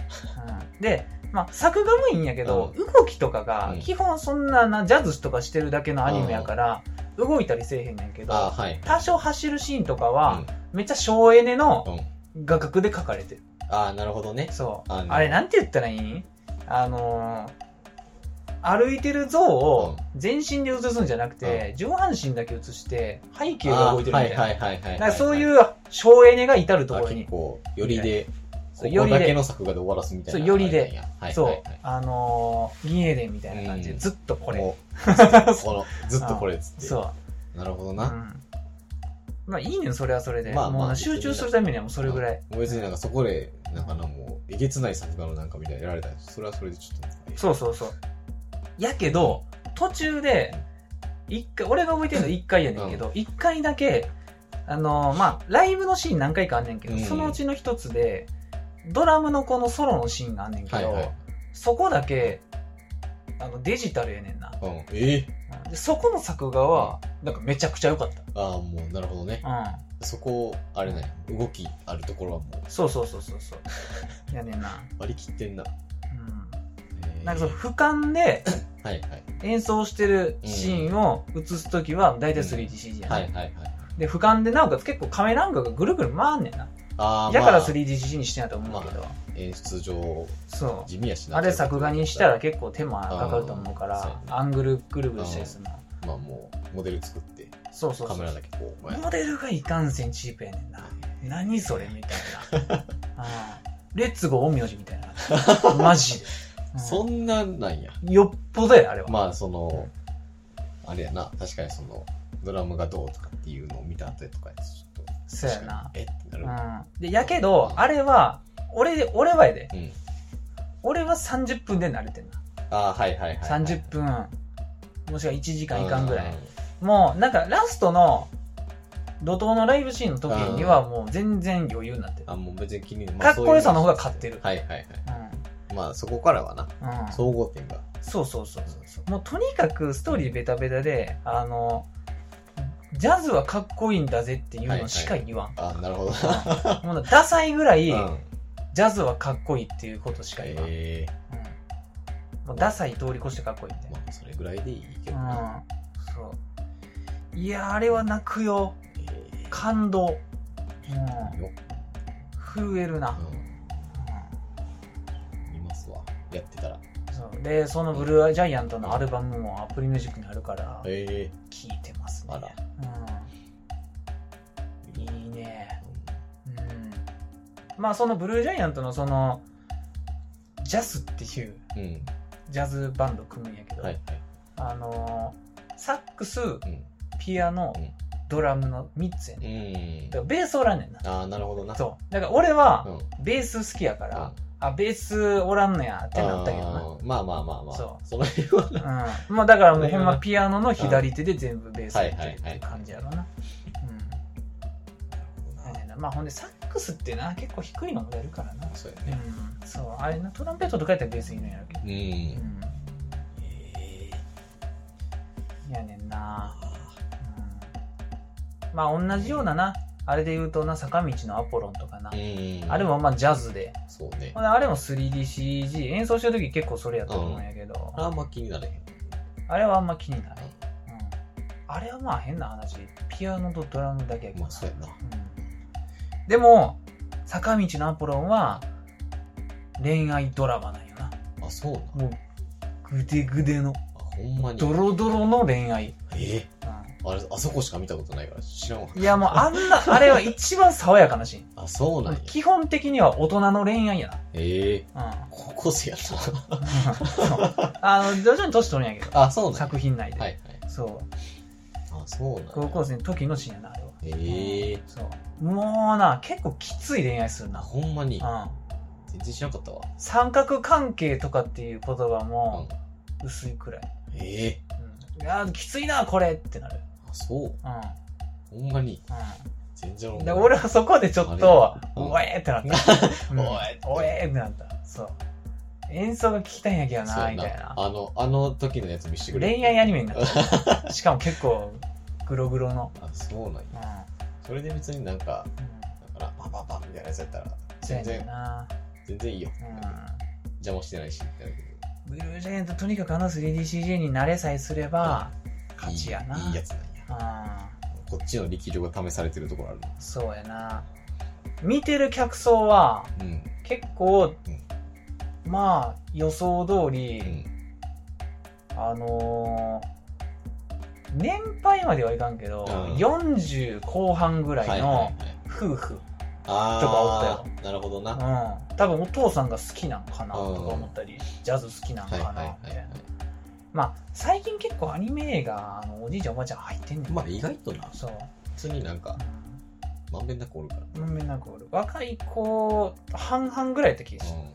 A: うん、で、まあ、作画もいいんやけど、動きとかが
B: う、ん
A: 基本そんなな、ジャズとかしてるだけのアニメやから、動いたりせえへんねんけ
B: あ
A: ど、
B: はい。
A: 多少走るシーンとか
B: う
A: は
B: ん、
A: めっちゃ省エネの
B: うん。
A: 画角で描かれてる。
B: ああ、なるほどね。
A: そう。
B: あの
A: あれ、なんて言ったらいいあのー歩いてる像を全身で映すんじゃなくて、上半身だけ映して、背景が動いてるみたいな。
B: あーはいはいはいはい。
A: なんかそういうう省エネが至るところ
B: 結
A: に、
B: 構、よりで、
A: そう
B: こ
A: よ
B: こ
A: りで
B: だけの作画で終わらすみたいな。
A: そうよりで
B: はいはいはい。
A: そう、あのー、銀英伝みたいな感じで、
B: うん
A: ずっとこ
B: こ
A: れ。
B: れ。この、ずっとこれっつって。
A: そ
B: なるほど
A: う。う
B: な。
A: ん。まあいいねん、それはそれで。
B: まあまあ
A: もう集中するためにはもうそれぐらい。
B: もう別になんかそこで、なんかな、もう、えげつない作画のなんかみたいなのやられたら、それはそれでちょっとなんか。
A: そうそうそう。やけど、途中で、一回、俺が覚えてるの1回やねんけど、一回だけ、あのーまあ、ライブのシーン何回かあんねんけど、
B: うん
A: そのうちの一つで、ドラムのこのソロのシーンがあんねんけど、
B: はいはい。
A: そこだけ、あの、デジタルやねんな。
B: うん。ええ
A: うんでそこの作画は、なんかめちゃくちゃ良かった。
B: ああ、もう、なるほどね。
A: う。、
B: そこ、あれね、動きあるところはもうん
A: そうそうそうそうそう。 やねんな。
B: 割り切ってんな。
A: う
B: え
A: ん。
B: え
A: なんかその俯瞰で
B: はいはい。
A: 演奏してるシーンを映すときは、だいたい 3DCG やね、
B: はいはいはい。
A: で、俯瞰で、なおかつ結構カメラアングルがぐるぐる回んねんな。
B: ああ、
A: だから
B: まあ
A: 3DCG にしてんやと思うけど。
B: 演出上、
A: そ
B: 地味やし
A: う。
B: な。
A: あれ作画にしたら、結構手間かかると思うか
B: あーそう
A: ら
B: や、ね
A: アングルぐるぐるしたりするの。
B: まあもう、モデル作って、
A: そうそう
B: カ
A: そ
B: メラ
A: う。
B: だけこう、
A: モデルがいかんせんチープやねんな。何それみたい な。うんレッツゴー陰陽師みたいな。マジで。うん
B: そんなんなんや。
A: よっぽどや、あれは。
B: まあその、あれやな、確かにその、ドラムがどうとかっていうのを見た後とかやつ、ちょっと。
A: そうやな
B: 確かに。えってなる。
A: うん。で、やけど、あれは、俺、俺はやで。
B: うん。
A: 俺は30分で慣れてんな。
B: ああ、はいはいはい。
A: 30分、もしくは1時間いかんぐらい。
B: うん。
A: もう、なんか、ラストの、怒涛のライブシーンの時にはもう全然余裕になってる。
B: あ、もう別に気に、
A: かっこよさの方が勝ってる
B: はいはいはい。
A: う
B: まあそこからはな、
A: ん。うん。
B: 総合点が。
A: そうそうそうそう。もうとにかくストーリーベタベタで、あの、ジャズはかっこいいんだぜっていうのしか言 わん。
B: ああ、なるほど。
A: もうダサいぐらい、
B: うん。
A: ジャズはかっこいいっていうことしか言わん。
B: ええ
A: うん、もうダサい通り越してかっこいいみたい
B: まあそれぐらいでいいけどな。
A: な。うん。そう。いやー、あれは泣くよ。
B: ええ
A: 感動。
B: 見
A: う
B: よ
A: ん。震えるな。
B: ううん。見ますわ。やってたら。
A: うん、そうで、そのブルージャイアントのアルバムもアプリミュージックにあるから、
B: ええ
A: 聴いてますね。
B: あら
A: うん。いいね。うんまあそのブルージャイアントのそのジャスっていう
B: うん。うん。
A: ジャズバンド組むんやけど、
B: はいはい。
A: あのーサックス
B: うん。
A: ピアノ、
B: うん
A: ドラムの3つやね、
B: うん
A: だか。らベースおらんねんな
B: ああ、なるほどな。
A: そうだから俺は
B: うん。
A: ベース好きやか
B: うん
A: ら、あベースおらんのやってなったけどな
B: あーまあまあまあまあ。
A: そ
B: その辺はな。
A: うん、まあだからもう
B: それ
A: ほ
B: は
A: ん
B: な
A: まピアノの左手で全部ベースやってるって
B: はいはいいうはい
A: 感じやろな、うんやねんなまあほんでサックスってな結構低いのも出るからな
B: そうやね。
A: うんそうあれなトランペットとかやったらベースいるんやろうけど
B: うん。ええ
A: うんやねんな、
B: あ
A: うん、まあ同じようななあれで言うとな坂道のアポロンとかな、
B: ーうん。
A: あれもまあジャズで
B: そうね。
A: ほんであれも 3DCG 演奏してる時結構それやったと思うんやけど、
B: あんま気になれへん。
A: あれはあんま気にならない、うん、あれはまあ変な話ピアノとドラムだけやけど
B: ま
A: な
B: あそうやな。
A: うんでも坂道のアポロンは恋愛ドラマなんよな
B: あ、そうな。
A: もうグデグデの
B: あ、ほんまに。
A: ドロドロの恋愛、
B: ええ
A: う
B: あれ、あそこしか見たことないから知らんわ。
A: んいやもうあんなあれは一番爽やかなシ
B: あ、そう
A: ー
B: なん
A: ン
B: や。
A: 基本的には大人の恋愛や
B: ええ
A: な うん
B: 高校生やな。
A: そうあの徐々に年取るんやけど
B: あ、そうなんや。
A: 作品内で、
B: はいはい。
A: そう
B: あ、そうなんや
A: 高校生の時のシーンやなあれは
B: ええ
A: そうもうな結構きつい恋愛する
B: あ、
A: な、
B: ほんまに。
A: うん、
B: 全然知らんかったわ。
A: 三角関係とかっていう言葉も
B: う
A: 薄いくらい、
B: ん。ええ
A: うん、いやーきついなこれってなる
B: あ、そう。
A: うんうん
B: ほんまに。全然
A: だから俺はそこでちょっと
B: あれ
A: お
B: うん
A: えーってなった
B: おえ
A: うんおえーってなったそう演奏が聞きたいんやけど
B: そう
A: な、
B: や
A: みたいな。
B: あの、あの時のやつ見してくれ。
A: 恋愛アニメになったしかも結構グログロの、
B: あ、そうなんや。
A: うん
B: それで別になんか、
A: うん、
B: だから、パンパンパンみたいなやつやったら、
A: そうやね
B: 全
A: ん
B: 然、
A: な、
B: 全然いいよ。
A: う
B: 邪魔してないし、みたいなけど
A: ん、ブルージャイアントとにかくあの 3DCG に慣れさえすれば勝ちやない
B: いいいやつなんや。
A: う
B: こっちの力量が試されてるところある
A: ん、そうやな見てる客層は
B: の。うん。
A: 結構、まあ予想通り、
B: うん。
A: あのー年配まではいかんけど、
B: うん
A: 40後半ぐらいの
B: はいはい。
A: 夫婦、
B: あ
A: とかお
B: あ、なるほどな。は
A: うん、多分お父さんが好きなんかなとか
B: うん
A: 思ったり、ジャズ好きなん
B: いは
A: か
B: い
A: なみ
B: は
A: た
B: い
A: い
B: は。
A: ないまあ最近結構アニメ映画あのおじいちゃんおばあちゃん入ってんねん
B: まあ意外とな、
A: そう、
B: 普通になんか、まんべんなくおるから。
A: うん、まんべんなく俺若い子半々ぐらいやった気がした、
B: う
A: うん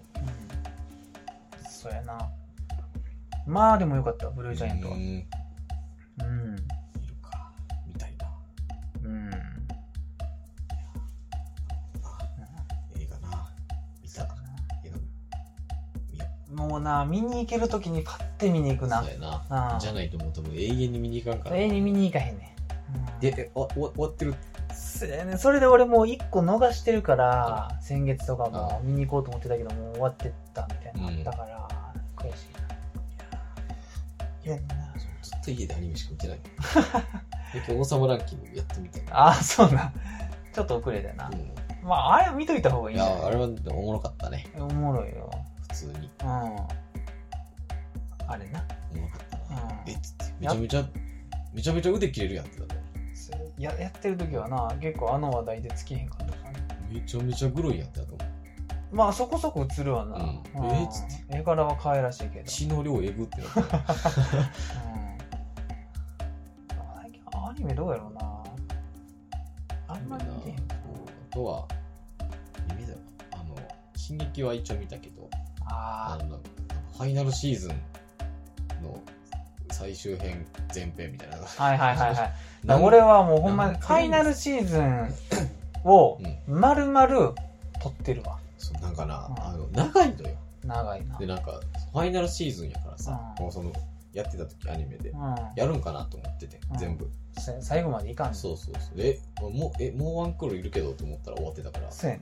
A: そうやなまあでもよかったブルー
B: ん。
A: ジャイアントは
B: うんい
A: うん
B: るか。みたいな。
A: うん
B: 映画な。見
A: そう
B: た
A: や。な
B: 映画見よ
A: もうな見に行ける時にパッて見に行
B: う
A: くな
B: そうやな。
A: あ
B: じゃないともう多分永遠に見に行かんか
A: そ
B: ら。
A: れに見に行かへんねん、うん
B: で、え、おお終わってる。
A: そうやねそれで俺もう1個逃してるから先月とかも見に行こうと思ってたけどもう終わってったみたいなのあったから、悔しいないやな
B: ずっと家でアニメしか見 てない。で今日王様ランキングやってみたいな。
A: ああそうなちょっと遅れたな、
B: うん
A: まああれは見といた方がいい
B: い
A: んじゃ
B: や、あ
A: な
B: れはでもおもろかったね。
A: いおもろいよ
B: 普通に。
A: うんあれな
B: おもろかったな。
A: うん
B: えっつって。めちゃめちゃ、めちゃめちゃ腕切れるやんってなって
A: ややってる時はな結構あの話題で尽きへんかったからね
B: めちゃめちゃグロいやんってなって思う。
A: まあそこそこ映るわな、
B: うん
A: うん
B: えーっつっ
A: 絵柄は可愛らしいけど
B: 血の量えぐってなって。
A: うん最近アニメどうやろうなあ んまり見てへん
B: あとは、夢だよなあの、進撃は一応見たけど、あ
A: あ
B: の、なんかファイナルシーズンの最終編前編みたいな。
A: あはいはいはいはいだか
B: な
A: ら
B: ん
A: 俺はもうほんま
B: なん
A: フ
B: か
A: ァイナルシーズンを
B: うん
A: 丸々撮ってるわ
B: そうなんかな、
A: うん
B: あの、長いのよ。
A: 長いな
B: で、なんか、ファイナルシーズンやからさ、
A: うん
B: もうその、やってた時アニメで、
A: う
B: やるんかなと思ってて、
A: うん
B: 全部。
A: んせ最後までいかん
B: そうそうそう。え、もう、え、もうワンクールいるけどと思ったら終わってたから。
A: そうやね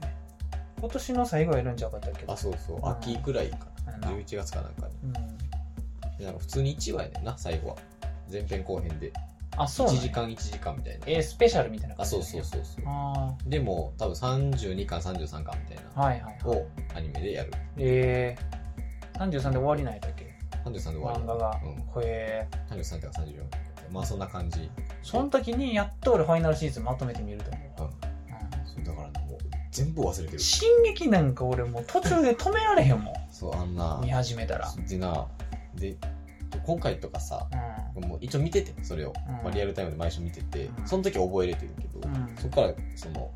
A: 今年の最後やるんちゃうかったっけど
B: あ、そうそう
A: う。ん
B: 秋くらいか
A: あれ
B: な。
A: な
B: 11月かなんかに。
A: うん
B: でなんか普通に1話やねんな、最後は。前編後編で。
A: あそうなん
B: 1
A: や
B: 時間1時間みたいな。
A: えースペシャルみたいな
B: あ、
A: 感じ
B: そうそうそうそう。
A: あ
B: でも、多分32巻、33巻みたい
A: あはいはい
B: な
A: はい
B: をアニメでやる。
A: えー、33で終わりないだっけ
B: 33で終わり
A: 漫画が
B: うん。
A: これ
B: 33ってか34。まあそんな感じ。
A: その時にやっと俺ファイナルシーズンまとめてみると思う、
B: うん。そうだからね、もう全部忘れて
A: うん
B: る。
A: 進撃なんか俺もう途中で止められへんも
B: そう、あんなん
A: 見。始めたら
B: でな、で、今回とかさ、
A: う
B: もう一応見てて、それを。
A: ん
B: まあ、リアルタイムで毎週見てて
A: う、ん
B: その時覚えれてるけど、
A: うん
B: そっから、その、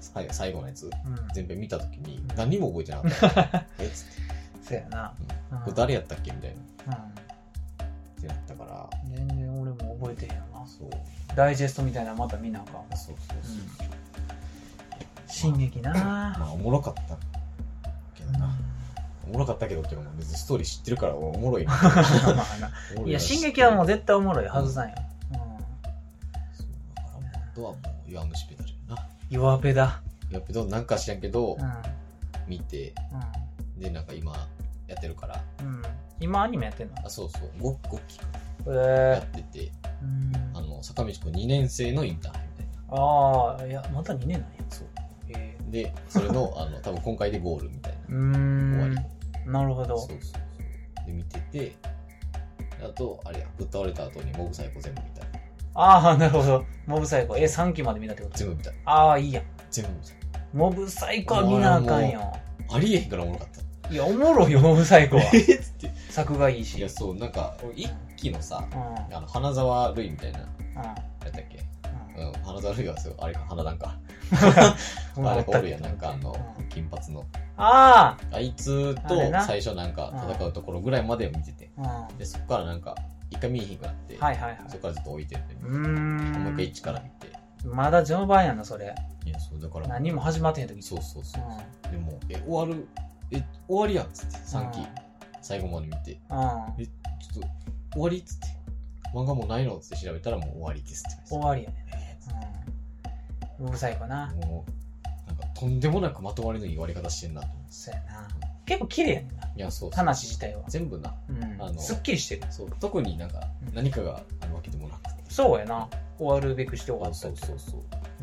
B: 最後最後のやつ、
A: うん
B: 全編見た時に
A: ん
B: 何も覚えてなか った。えっつって、
A: そやな、うん
B: これ誰やったっけみたいな。
A: う
B: ってなったから、
A: ん全然俺も覚えてへんよな
B: そう。
A: ダイジェストみたいなのまた見なあかんわ
B: そうそうそう。
A: 進撃
B: ま
A: な
B: あ、おもろかったけどな。おもろかったけどっていうのも別にストーリー知ってるからお もろいな。
A: まあない
B: おもろ
A: いや
B: な
A: 進撃はもう絶対おもろいはずなんや、うん、
B: そうだからもうあとはもう弱虫ペダルやな。
A: 弱ペダ
B: やっぱどうなんか知らんけど
A: う、ん
B: 見て、で、なんか今やってるから、
A: うん、うん、今アニメやってんの
B: あ、そうそう、ごご期間や
A: え
B: ってて、
A: えうん
B: あの、坂道くん2年生のインターハイみたいな。
A: ああいやまた2年なんや
B: そう。
A: え
B: で、それの、 あの、多分今回でゴールみたい
A: えうー
B: な。
A: ん
B: 終わり。
A: なるほど
B: そうそうそう。で、見てて、あと、あれや、ぶっ倒れた後にモブサイコ全部見た。
A: ああなるほどモブサイコえ3期まで見たってこと
B: 全部見た。
A: ああいいやん
B: 全部見
A: モブサイコは見なあかんよ
B: た。ありえへんからおもろかった。
A: いやおもろいよモブサイコは
B: えっつって。
A: 作がいい
B: い
A: し
B: や、そう、なんか、俺一期のさ、
A: うんうんうん
B: あの、花沢類みたいな、やったっけうん、花沢類はそう、あれか、花壇か。
A: そんな
B: あ
A: の
B: れ
A: った
B: か、
A: っ
B: おる
A: け
B: やん、なんかあの
A: うん、
B: 金髪の。
A: あ
B: あいつと
A: あれな
B: 最初なんか戦うところぐらいまでを見てて。
A: あ、うん、は
B: で、そっからなんか、一回見えへんくなって、
A: いはいはい
B: そっからずっと置いてるんで、
A: う
B: も
A: ーん
B: う一回一から見て。
A: まだ序盤やなそれ
B: いや、そう、だから、
A: 何も始まってへん時
B: そうそうそうう。でも、え、終わるえ、終わりやんっつって、3
A: う
B: 期
A: ん、
B: 最後まで見て、
A: うん。
B: ちょっと、終わりっつって、漫画もうないのっつって調べたらもう終わりですって
A: 終
B: 言
A: わりやね。
B: われて
A: うん。うるさいかな。
B: もう、なんか、とんでもなくまとまりのいい終わり方してんなと思って。
A: そうやな。結構綺麗やねんな。
B: いや、そうそう
A: 話自体は。
B: 全部な、あ
A: うん。
B: の
A: すっきりしてる。
B: そう、特になんか
A: う、ん
B: 何かがあるわけでもなくて。
A: そうやな。終わるべくして終わった
B: そ
A: っ
B: う
A: て
B: そうそう。
A: う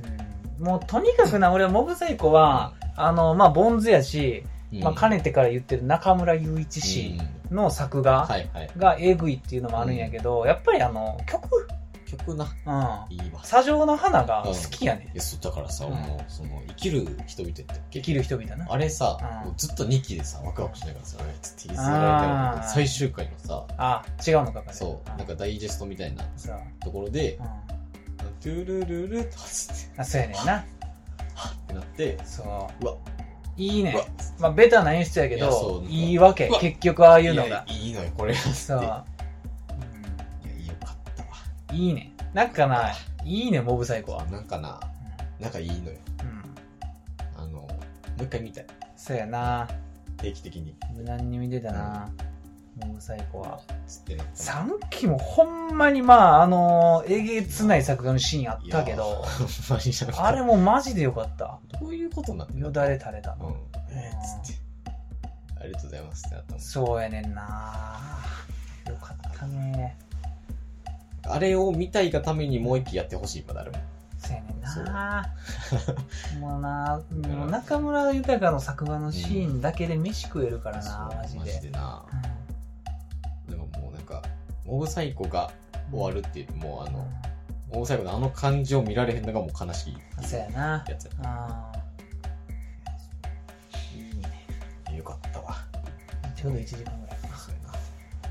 A: んもうとにかくな、俺はモブサイコは、あの、まあ、ボンズやし、まあ、かねてから言ってる中村雄一氏
B: うん
A: の作画
B: はいはい。
A: がえぐいっていうのもあるんやけど、やっぱりあの、曲、
B: 曲な、
A: うん。
B: 言います。
A: 砂上の花が好きやね
B: い。や、そう、だからさ、
A: うん
B: もう、その、生きる人々って、
A: 生きる人々な。
B: あれさ、
A: うん
B: もうずっと2期でさ、ワクワクしながらさ、あれっつって言いつられた
A: あー
B: ら、最終回のさ、
A: あ、違うのかかね
B: そう、なんかダイジェストみたいな
A: そう。
B: ところで、
A: うん
B: トゥルルルとつって、
A: あ、そうやねんな。
B: はっってなって、
A: そう
B: わ、
A: う。いいう
B: わ
A: ね。、まあ、ベタな演出やけ
B: いやそ
A: ど
B: う、なんか
A: いいわけ
B: うわ。
A: 結局ああ
B: い
A: い
B: や
A: うのが。
B: いいのよ、これ。
A: そう。
B: いや、
A: うん
B: よかったわ。
A: いいね。なんかな、いいね、モブサイコは。
B: なんかな、なんかいいのよ。
A: うん。うん
B: あの、もう一回見たい。
A: そうやな。
B: 定期的に。
A: 無難に見てたな。モブサイコは。
B: つってな。
A: 3期もほんまにまあ、あのえげつない作画のシーンあったけ
B: いや
A: ど、
B: ほんまになんか
A: あれもマジでよかった。
B: どういうことになってんの
A: よだれ垂れた
B: う。ん。えーつって。ありがとうございますってなったもん。
A: そうやねんな。よかったね。
B: あれを見たいがためにもう一期やってほしい、まだあるもん。
A: そうやねんな。もう な、もう中村豊の作画のシーンだけで飯食えるからな、
B: そう
A: マジ
B: マジ
A: で。
B: でな
A: う。ん
B: でももうなんか、モブサイコが終わるっていう、もうあの、モブサイコのあの感情見られへんのがもう悲しい
A: うんそうやな。
B: やつや。
A: あーいいね
B: よかったわ。
A: ちょうど1時間ぐらい
B: そう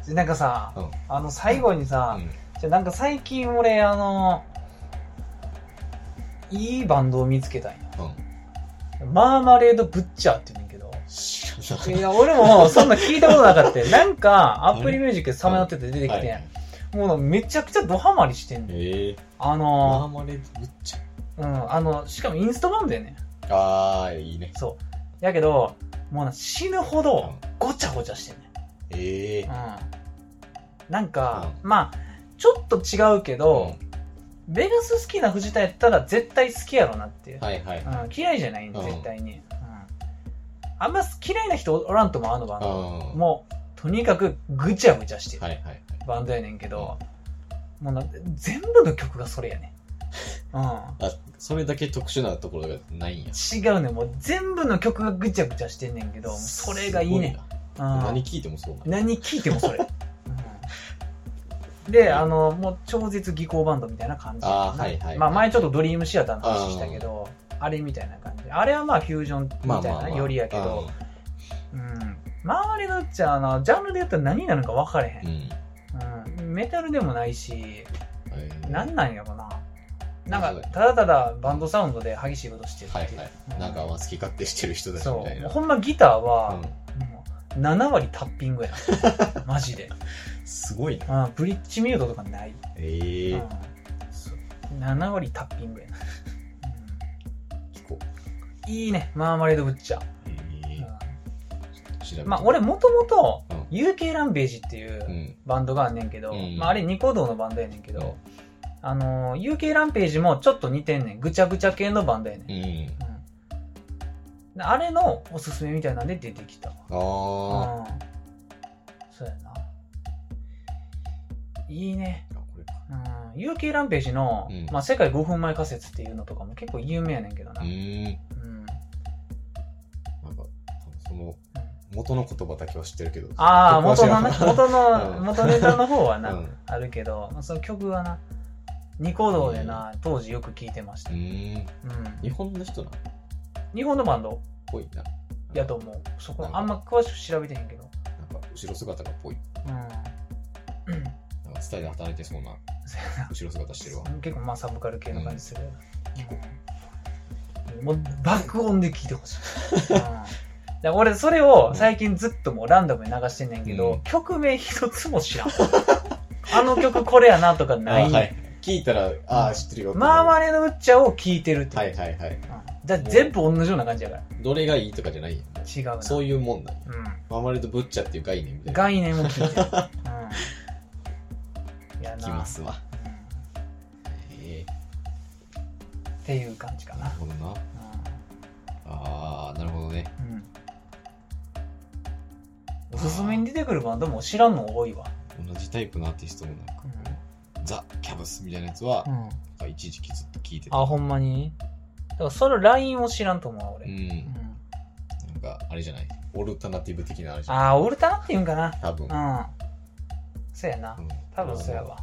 B: や
A: でなんかさ、
B: うん
A: あの最後に
B: な。
A: さ
B: う、ん。
A: じゃあなんか最近俺あのいいバンドを見つけたんや
B: うん。
A: マーマレード・ブッチャーって言うねんけど
B: 知らないい。
A: や俺もそんな聞いたことなか ったよなんかアップルミュージックでさまよってて出てきてん、
B: はい
A: もうめちゃくちゃドハマりしてんねん
B: ええ。
A: あ
B: マ
A: の
B: ーマレードぶっちゃ。
A: うんあのしかもインストバンドやねん
B: あー、いいね。
A: そうやけどもうな死ぬほどごちゃごちゃしてんねん
B: ええ。
A: うんなんか、まあちょっと違うけど、ベガス好きな藤田やったら絶対好きやろなっていう、
B: はいはい。
A: うん、嫌いじゃないん
B: うん
A: 絶対に、うんあんま嫌いな人おらんともあのバンド、
B: うん。
A: もうとにかくぐちゃぐちゃしてる
B: はいはいはい。
A: バンドやねんけど、もうな全部の曲がそれやねん、う
B: あ、それだけ特殊なところがないんや。
A: ん、違うねんもう全部の曲がぐちゃぐちゃしてんねんけどそれがいいねん
B: すご
A: うん
B: な。何聞いてもそうなんや
A: 何聞いてもそれ、 であのもう超絶技巧バンドみたいな感じ
B: あーはいはい
A: まあ、前ちょっとドリームシアターの話したけどあれみたいな感じあれはまあフュージョンみたいな、
B: まあまあまあ。
A: よりやけど、
B: うん
A: うん、周りのっちゃあのジャンルで言ったら何になるか分かれへ、
B: うんん。
A: うんメタルでもないし
B: えー
A: 何なんやろななん
B: そ
A: か
B: うだね
A: ただただバンドサウンドで激しいことしてる
B: はい
A: っていう、
B: はい。なんか、まあ、好き勝手してる人だしみ
A: そ
B: たいうな。
A: ほんまギターは、
B: う
A: もう7割タッピ ングやマジで
B: んすごいな。
A: あブリッジミュートとかない、
B: え
A: う
B: え
A: ん。そう7割タッピ ングやな、
B: 聞こ
A: うんいいねマーマレードブッチャー、
B: う。ええ調べ
A: う
B: て
A: んまあ俺、もともと
B: うん。
A: UK ランベージっていううんバンドがあんねんけど、
B: うん
A: まあ、あれニコ動のバンドやねんけ
B: け
A: ど、、あのー UK ランページもちょっと似てんねんぐちゃぐちゃ系のバンドやねん、
B: う
A: うん
B: ん。
A: であれのおすすめみたいなんで出てきたわ
B: あ
A: うんそうやないいね
B: あ。これか。
A: うん、UK ランページの、
B: うん
A: まあ、世界5分前仮説っていうのとかも結構有名やねんけどな、
B: う
A: うん
B: ーん。なんか、
A: うん
B: 多分その、元の言葉だけは知ってるけど。
A: ああ
B: 曲は
A: 元
B: 知
A: の
B: らん
A: ね 元の、
B: うん
A: 元ネタの方はな、
B: うん。う
A: あるけど、まあ、その曲はなニコ動でな、当時よく聴いてました、うん
B: ーん。日本の人なっ
A: 日本のバンド
B: ぽいな。
A: やと思うそこ
B: うん
A: あんま詳しく調べてへんけど
B: なんか、後ろ姿がっぽい。
A: うん、うん
B: なんか、伝えで働いてそうな、
A: そうやな
B: 後ろ姿してるわ。
A: 結構まあサブカル系の感じするよな、うんもう爆音で聴いてほしい、うん、だから俺それを最近ずっともうランダムに流してんねんけど、
B: うん
A: 曲名一つも知らんあの曲これやなとかない、
B: あーはい。聞いたら、ああ、知ってるよ。
A: マーマ
B: あ。
A: レードウッチャーを聴いてるってこと
B: はいはいはい。
A: うんだって全部同じような感じやから。
B: どれがいいとかじゃないやんもう
A: 違うな。
B: そういうもんなんや
A: う
B: マーマレードブッチャーっていう概念みた
A: ん。
B: いな
A: 概念を聞いてる。うん。や
B: きま
A: な。
B: すわ
A: うんっ
B: え
A: ていう感じか
B: ー、なる
A: な。
B: ほどなあーなるほどね
A: うんうん。おすすめに出てくるバンドも知らんの多いわ。
B: 同じタイプのアーティストもなんかこう、ザ・キャブスみたいなやつは、
A: ん。
B: なんか一時期ずっと聞いてた
A: あ、ほんまにだからそのラインを知らんと思うわ、
B: う
A: 俺。
B: ん
A: うん。
B: なんかあれじゃないオルタナティブ的なあれじゃない
A: あー、オルタナって言うんかな。
B: 多分、
A: うん。そうやな
B: う。ん
A: 多分そうやわ。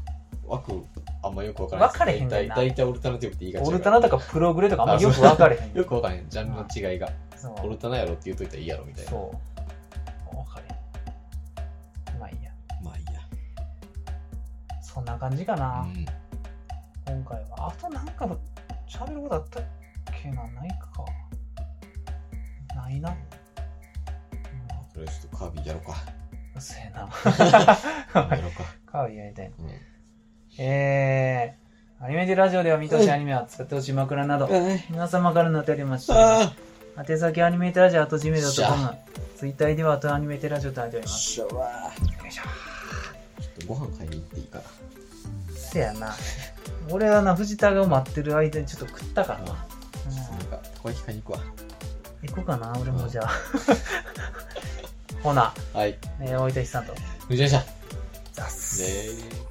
B: 枠あんまよくわからない
A: 分かれへんねんな
B: 大体オルタナティブって言いがち
A: オ
B: や
A: ル
B: か
A: タ
B: ら
A: ナとかプログレとかあんまよく分かれへん。
B: よくわからへんジャンルの違いが、
A: そう
B: オルタナやろって言うといたらいいやろみたいな
A: そう。分かれへん。まあいいや。
B: まあいいや
A: そんな感じかな。
B: うん
A: 今回は。あとなんかの喋ることあったっけなないか。ないな。う
B: それちょっとカービィやろうか
A: ん、せえな。
B: やろうか、
A: カービィやりたいな。
B: うん
A: えー、アニメテラジオでは見てほしいアニメは使ってほしい枕など、皆様からのお便りました。
B: あ
A: 宛先アニメテラジオとジメ
B: よっしゃ
A: .com、ツイッターではとアニメテラジオとなっており
B: ー
A: ます。
B: しょわー
A: よいしょ。
B: ちょっとご飯買いに行っていいかな
A: せやな。俺はな、藤田が待ってる間にちょっと食ったからな。
B: うんちょっとなんかたこ焼き買いに行くわ
A: うん、行こうかな、俺もじゃあ。 ほな、
B: はい
A: えー、大分さんと。
B: 藤井さん
A: ザッス
B: ねー